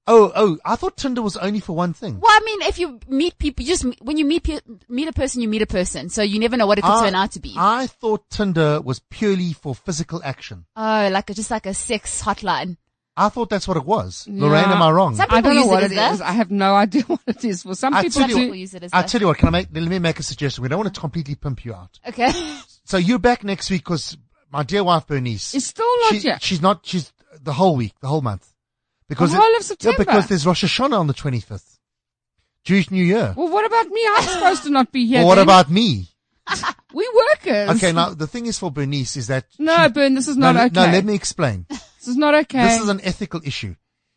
Speaker 1: Oh, oh, I thought Tinder was only for one thing.
Speaker 3: Well, I mean, if you meet people, you just when you meet pe- meet a person, you meet a person, so you never know what it could
Speaker 1: Ah,
Speaker 3: turn out to be.
Speaker 1: I thought Tinder was purely for physical action.
Speaker 3: oh, like a, just like a sex hotline.
Speaker 1: I thought that's what it was.
Speaker 2: Yeah.
Speaker 1: Lorraine, am I wrong?
Speaker 3: Some
Speaker 2: I don't
Speaker 3: people
Speaker 2: know
Speaker 3: use
Speaker 2: what
Speaker 3: it
Speaker 2: it
Speaker 3: as
Speaker 2: is.
Speaker 3: that.
Speaker 2: I have no idea what it is. For some
Speaker 1: I
Speaker 2: people,
Speaker 1: tell you
Speaker 2: do.
Speaker 3: People use it as
Speaker 1: I
Speaker 3: that.
Speaker 1: tell you what, can I make? Let me make a suggestion. We don't want to completely pimp you out.
Speaker 3: Okay.
Speaker 1: So you're back next week because my dear wife Bernice
Speaker 2: It's still not
Speaker 1: she-
Speaker 2: yet.
Speaker 1: She's not. She's the whole week, the whole month, because
Speaker 2: The whole of
Speaker 1: Yeah,
Speaker 2: September.
Speaker 1: because there's Rosh Hashanah on the 25th, Jewish New Year.
Speaker 2: Well, what about me? I'm supposed to not be here.
Speaker 1: well, what
Speaker 2: then.
Speaker 1: about me?
Speaker 2: we workers?
Speaker 1: Okay, now the thing is for Bernice is that
Speaker 2: No,
Speaker 1: she-
Speaker 2: Bern, this is
Speaker 1: no,
Speaker 2: not
Speaker 1: no,
Speaker 2: okay.
Speaker 1: no, let me explain.
Speaker 2: This is not okay.
Speaker 1: This is an ethical issue.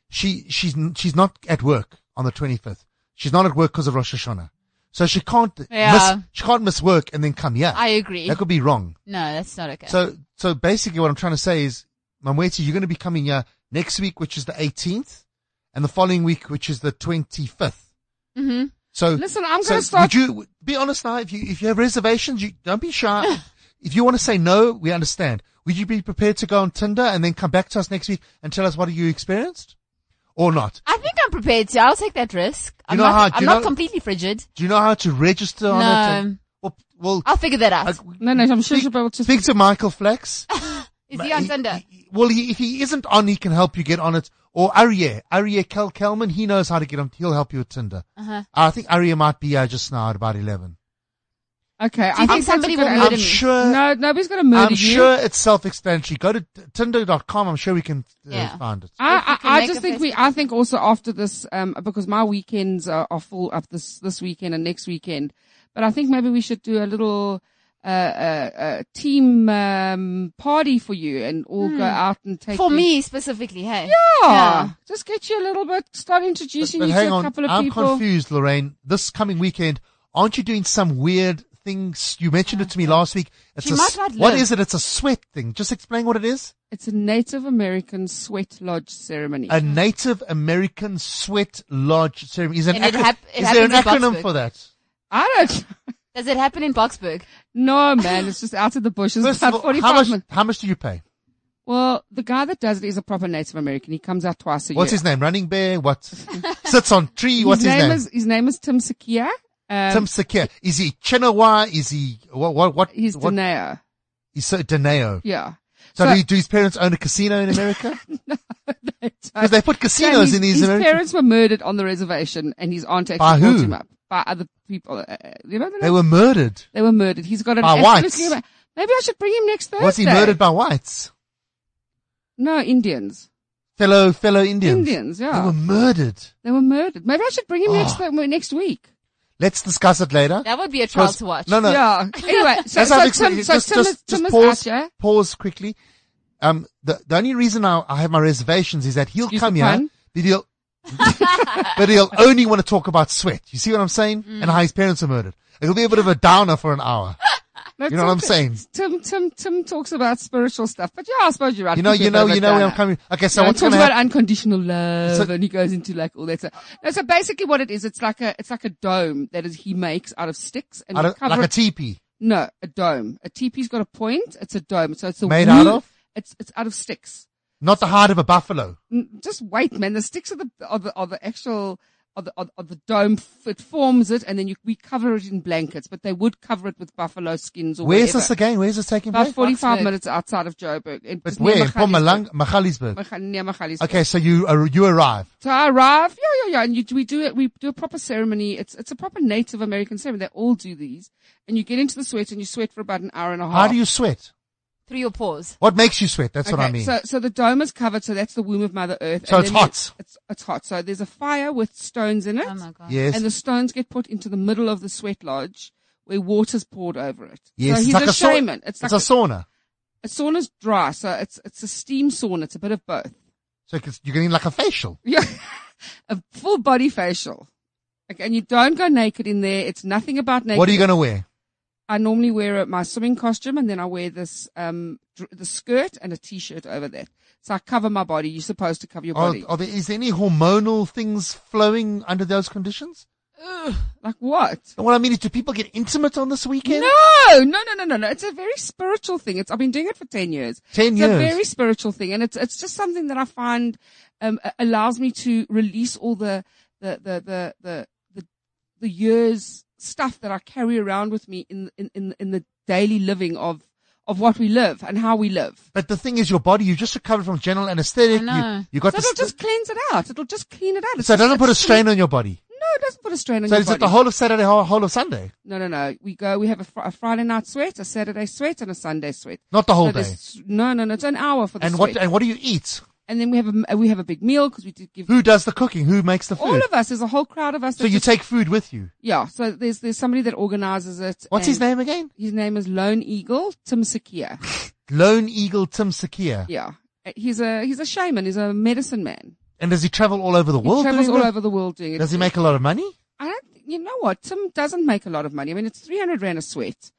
Speaker 1: She she's n- she's not at work on the 25th. She's not at work because of Rosh Hashanah, so she can't
Speaker 3: Yeah.
Speaker 1: miss she can't miss work and then come here.
Speaker 3: I agree.
Speaker 1: That could be wrong.
Speaker 3: No, that's not okay.
Speaker 1: So so basically, what I'm trying to say is, Mamweti, you're going to be coming here next week, which is the 18th, and the following week, which is the 25th.
Speaker 3: hmm
Speaker 1: So
Speaker 2: Mm-hmm. Listen, I'm
Speaker 1: so
Speaker 2: going to start.
Speaker 1: Would you be honest now? If you if you have reservations, you don't be shy. if you want to say no, we understand. Would you be prepared to go on Tinder and then come back to us next week and tell us what you experienced, or not?
Speaker 3: I think I'm prepared to. I'll take that risk. I'm
Speaker 1: know
Speaker 3: not,
Speaker 1: how- do
Speaker 3: I'm
Speaker 1: you
Speaker 3: not
Speaker 1: know-
Speaker 3: completely frigid.
Speaker 1: Do you know how to register on it?
Speaker 3: No.
Speaker 1: Well, well,
Speaker 3: I'll figure that out.
Speaker 1: like,
Speaker 2: no, no, I'm sure
Speaker 1: speak,
Speaker 2: she'll be able to.
Speaker 1: speak to Michael Flex.
Speaker 3: Is he on
Speaker 1: He-
Speaker 3: Tinder?
Speaker 1: he- well, he, if he isn't on, he can help you get on it. Or Aryeh, Aryeh Kel Kelman, he knows how to get on. He'll help you with Tinder.
Speaker 3: Uh-huh.
Speaker 1: I think Aryeh might be uh, just now at about eleven.
Speaker 2: Okay,
Speaker 3: Do you think somebody will
Speaker 1: I'm
Speaker 3: murder me?
Speaker 1: sure.
Speaker 2: No, nobody's going to murder
Speaker 1: I'm
Speaker 2: you.
Speaker 1: sure it's self-explanatory. Go to t- tinder.com. I'm sure we can uh,
Speaker 3: Yeah.
Speaker 1: find it.
Speaker 2: I,
Speaker 3: If we
Speaker 2: I,
Speaker 3: can
Speaker 2: I
Speaker 3: make
Speaker 2: just
Speaker 3: a
Speaker 2: think we, I think also after this, um, because my weekends are, are full up this, this weekend and next weekend, but I think maybe we should do a little, uh, uh, uh team, um, party for you and all go out and take
Speaker 3: Hmm. For
Speaker 2: you-
Speaker 3: me specifically, hey.
Speaker 2: Yeah.
Speaker 3: Yeah.
Speaker 2: Just get you a little bit, start introducing
Speaker 1: But
Speaker 2: you
Speaker 1: hang
Speaker 2: to a
Speaker 1: on.
Speaker 2: couple of
Speaker 1: I'm
Speaker 2: people.
Speaker 1: confused, Lorraine. This coming weekend, aren't you doing some weird things? You mentioned it to me last week. It's
Speaker 3: She
Speaker 1: a
Speaker 3: might
Speaker 1: s-
Speaker 3: not
Speaker 1: what
Speaker 3: live.
Speaker 1: is it? It's a sweat thing. Just explain what it is.
Speaker 2: It's a Native American sweat lodge ceremony.
Speaker 1: A Native American sweat lodge ceremony. Is, there an
Speaker 3: And it
Speaker 1: acro-
Speaker 3: hap- it
Speaker 1: is there an
Speaker 3: happens in
Speaker 1: acronym
Speaker 3: Boksburg.
Speaker 1: for that?
Speaker 2: I don't.
Speaker 3: Does it happen in Boxburg?
Speaker 2: No, man, it's just out of the bushes.
Speaker 1: First
Speaker 2: about
Speaker 1: of all,
Speaker 2: 45
Speaker 1: how much,
Speaker 2: minutes.
Speaker 1: how much do you pay?
Speaker 2: Well, the guy that does it is a proper Native American. He comes out twice a
Speaker 1: What's
Speaker 2: year.
Speaker 1: his name? Running Bear? What? sits on tree? What's his, name?
Speaker 2: Is, his name is Tim Sakia. Um,
Speaker 1: Tim Sakir. Is he Chenowa? Is he, what, what, what?
Speaker 2: He's
Speaker 1: what,
Speaker 2: Danao.
Speaker 1: He's so, Danao.
Speaker 2: Yeah.
Speaker 1: So,
Speaker 2: So-
Speaker 1: do, do his parents own a casino in America? Because
Speaker 2: Because
Speaker 1: they put casinos in these
Speaker 2: His
Speaker 1: American.
Speaker 2: parents were murdered on the reservation, and his aunt actually
Speaker 1: By
Speaker 2: brought
Speaker 1: who?
Speaker 2: him up by other people. Uh, you know the
Speaker 1: They
Speaker 2: name?
Speaker 1: were murdered.
Speaker 2: They were murdered. He's got an
Speaker 1: By
Speaker 2: absolutely
Speaker 1: whites?
Speaker 2: ama- Maybe I should bring him next Thursday.
Speaker 1: Was he murdered by whites?
Speaker 2: No, Indians.
Speaker 1: Fellow, fellow Indians.
Speaker 2: Indians, yeah.
Speaker 1: They were murdered.
Speaker 2: They were murdered. Maybe I should bring him next
Speaker 1: Oh.
Speaker 2: next week.
Speaker 1: Let's discuss it later.
Speaker 3: That would be a trial
Speaker 1: 'Cause-
Speaker 3: to watch.
Speaker 1: No, no.
Speaker 2: Yeah. Anyway, so,
Speaker 1: As
Speaker 2: so,
Speaker 1: I've
Speaker 2: Tim,
Speaker 1: explained,
Speaker 2: so
Speaker 1: just,
Speaker 2: Tim, is,
Speaker 1: just,
Speaker 2: Tim
Speaker 1: just
Speaker 2: is eh?
Speaker 1: pause,
Speaker 2: out, yeah?
Speaker 1: pause quickly. Um, the, the only reason I, I have my reservations is that he'll
Speaker 2: Excuse
Speaker 1: come
Speaker 2: the
Speaker 1: here,
Speaker 2: pun?
Speaker 1: but he'll, but he'll only want to
Speaker 2: Mm.
Speaker 1: talk about sweat. You see what I'm saying? And how his parents were murdered. It'll be a bit of a downer for an hour.
Speaker 2: No,
Speaker 1: You know what I'm saying?
Speaker 2: Tim, Tim, Tim talks about spiritual stuff, but yeah, I suppose you're right.
Speaker 1: You know,
Speaker 2: Put
Speaker 1: you
Speaker 2: that
Speaker 1: know,
Speaker 2: over
Speaker 1: you know where I'm
Speaker 2: down.
Speaker 1: coming. Okay, so
Speaker 2: So no, it
Speaker 1: what's
Speaker 2: talks
Speaker 1: going to
Speaker 2: about
Speaker 1: happen?
Speaker 2: unconditional love,
Speaker 1: So-
Speaker 2: and he goes into like all that stuff. No, so basically, what it is, it's like a it's like a dome that is he makes out of sticks, and
Speaker 1: I
Speaker 2: you
Speaker 1: don't-
Speaker 2: cover
Speaker 1: Like a
Speaker 2: it-
Speaker 1: teepee.
Speaker 2: no a dome. A teepee's got a point. It's a dome, so it's a
Speaker 1: Made
Speaker 2: woo-
Speaker 1: out of?
Speaker 2: It's it's out of sticks.
Speaker 1: Not the heart of a buffalo.
Speaker 2: N- Just wait, man. The sticks are the are the, are the actual. Are the, are, are the dome f- it forms it and then you, we cover it in blankets but they would cover it with buffalo skins or
Speaker 1: Where's
Speaker 2: whatever.
Speaker 1: this again? Where's this taking
Speaker 2: about
Speaker 1: place?
Speaker 2: 45
Speaker 3: Boxburg.
Speaker 2: minutes outside of Joburg It-
Speaker 1: But
Speaker 2: it's near
Speaker 1: where? In Port
Speaker 2: Magaliesburg.
Speaker 1: Malang- Magaliesburg.
Speaker 2: Maga- near Magaliesburg.
Speaker 1: Okay, so you ar- you arrive.
Speaker 2: So I arrive, yeah, yeah, yeah, and you, we do it. We do a proper ceremony. It's it's a proper Native American ceremony. They all do these, and you get into the sweat and you sweat for about an hour and a half.
Speaker 1: How do you sweat?
Speaker 3: Through your paws.
Speaker 1: What makes you sweat? That's
Speaker 2: Okay,
Speaker 1: what I mean.
Speaker 2: So so the dome is covered, so that's the womb of Mother Earth.
Speaker 1: So
Speaker 2: and
Speaker 1: it's
Speaker 2: then
Speaker 1: hot.
Speaker 2: the- It's it's hot. So there's a fire with stones in it,
Speaker 3: Oh my god.
Speaker 1: yes.
Speaker 2: and the stones get put into the middle of the sweat lodge where water's poured over it.
Speaker 1: Yes,
Speaker 2: so
Speaker 1: it's
Speaker 2: he's
Speaker 1: like
Speaker 2: a
Speaker 1: a sauna-
Speaker 2: shaman. It's
Speaker 1: It's
Speaker 2: like
Speaker 1: a sauna.
Speaker 2: a sauna's dry, so it's it's a steam sauna. It's a bit of both.
Speaker 1: So it's- you're getting like a facial.
Speaker 2: Yeah. a full body facial. Okay, and you don't go naked in there. It's nothing about naked.
Speaker 1: What are you going to wear?
Speaker 2: I normally wear uh, my swimming costume and then I wear this, um, dr- the skirt and a t-shirt over that. So I cover my body. You're supposed to cover your
Speaker 1: Are,
Speaker 2: body.
Speaker 1: are there, is there any hormonal things flowing under those conditions?
Speaker 2: like what?
Speaker 1: And what I mean is, do people get intimate on this weekend?
Speaker 2: No, no, no, no, no, no. It's a very spiritual thing. It's, I've been doing it for 10 years.
Speaker 1: 10
Speaker 2: it's
Speaker 1: years.
Speaker 2: a very spiritual thing. And it's, it's just something that I find, um, a- allows me to release all the, the, the, the, the, the, the years stuff that I carry around with me in, in, in, in the daily living of, of what we live and how we live.
Speaker 1: But the thing is, your body, you just recovered from general anesthetic.
Speaker 3: I
Speaker 1: You,
Speaker 3: know.
Speaker 1: you got
Speaker 2: So
Speaker 1: the
Speaker 2: it'll
Speaker 1: st-
Speaker 2: just cleanse it out. It'll just clean it out. It's
Speaker 1: so it
Speaker 2: just-
Speaker 1: doesn't put a
Speaker 2: it's-
Speaker 1: strain on your body.
Speaker 2: No, it doesn't put a strain on
Speaker 1: So
Speaker 2: your
Speaker 1: is it the
Speaker 2: body.
Speaker 1: whole of Saturday, whole, whole of Sunday?
Speaker 2: no, no, no. We go, we have a, fr- a Friday night sweat, a Saturday sweat, and a Sunday sweat.
Speaker 1: Not the whole
Speaker 2: So
Speaker 1: day.
Speaker 2: there's- No, no, no. It's an hour for the
Speaker 1: And what,
Speaker 2: sweat.
Speaker 1: and what do you eat?
Speaker 2: and then we have a we have a big meal because we did give
Speaker 1: Who does the cooking? Who makes the food?
Speaker 2: all of us. There's a whole crowd of us.
Speaker 1: so
Speaker 2: that
Speaker 1: you
Speaker 2: just-
Speaker 1: take food with you.
Speaker 2: yeah. So there's there's somebody that organises it.
Speaker 1: What's his
Speaker 2: and
Speaker 1: name again?
Speaker 2: His name is Lone Eagle Tim Sakia.
Speaker 1: Lone Eagle Tim Sakia.
Speaker 2: yeah, Uh, he's a he's a shaman. He's a medicine man.
Speaker 1: And does he travel all over the
Speaker 2: He
Speaker 1: world?
Speaker 2: travels
Speaker 1: doing
Speaker 2: all
Speaker 1: that?
Speaker 2: over the world doing it.
Speaker 1: Does he make a lot of money?
Speaker 2: I don't. think- You know what? Tim doesn't make a lot of money. I mean, it's three hundred rand a sweat.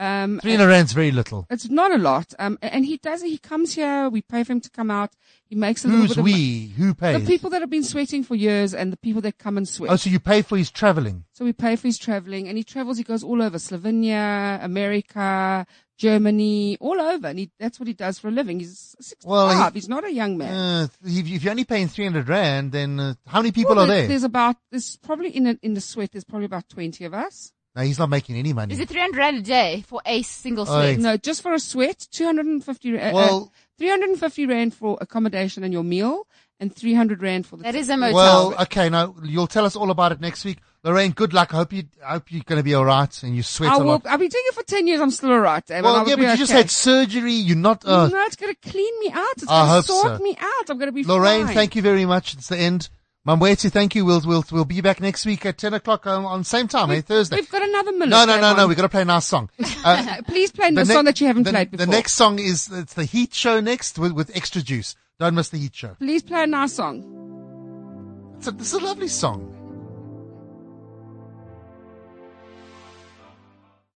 Speaker 2: Um,
Speaker 1: 300 rand's very little.
Speaker 2: it's not a lot. Um, and he does. He comes here. We pay for him to come out. He makes a little
Speaker 1: Who's
Speaker 2: bit of
Speaker 1: we? Who
Speaker 2: The
Speaker 1: pays?
Speaker 2: people that have been sweating for years and the people that come and sweat.
Speaker 1: oh, so you pay for his traveling.
Speaker 2: So we pay for his traveling and he travels, he goes all over Slovenia, America, Germany, all over. And he, that's what he does for a living. He's 65.
Speaker 1: Well, he-
Speaker 2: he's not a young man.
Speaker 1: Uh, if, if you're only paying 300 rand, then uh, how many people
Speaker 2: Well,
Speaker 1: are
Speaker 2: there-
Speaker 1: there?
Speaker 2: There's about, there's probably in, a, in the sweat, there's probably about 20 of us.
Speaker 1: No, he's not making any money.
Speaker 3: Is it 300 rand a day for a single
Speaker 1: Oh,
Speaker 3: sweat?
Speaker 1: Thanks.
Speaker 2: No, just for a sweat, 250, ra- uh,
Speaker 1: well,
Speaker 2: uh, 350 rand for accommodation and your meal and 300 rand for the,
Speaker 3: That is a motel.
Speaker 1: well, okay. Now you'll tell us all about it next week, Lorraine. Good luck. I hope you, I hope you're going to be all right, and you sweat
Speaker 2: I
Speaker 1: a
Speaker 2: will,
Speaker 1: lot.
Speaker 2: I've been doing it for 10 years. I'm still alright.
Speaker 1: Well, yeah, but you just had surgery. You're not. Uh,
Speaker 2: no, it's gonna clean me out. It's
Speaker 1: I
Speaker 2: gonna
Speaker 1: hope
Speaker 2: sort
Speaker 1: so.
Speaker 2: me out. I'm gonna be
Speaker 1: Lorraine,
Speaker 2: fine.
Speaker 1: thank you very much. It's the end. Mamweti, thank you. We'll we'll we'll be back next week at ten o'clock on, on same time, eh, Thursday.
Speaker 2: We've got another minute.
Speaker 1: No, no, no,
Speaker 2: Raymond.
Speaker 1: no. We got to play a nice song. Uh,
Speaker 2: Please play
Speaker 1: ne-
Speaker 2: the, song that you haven't
Speaker 1: the-
Speaker 2: played before.
Speaker 1: The next song is it's the Heat Show next with, with extra juice. Don't miss the Heat Show.
Speaker 2: Please play a nice song.
Speaker 1: It's a, it's a lovely song.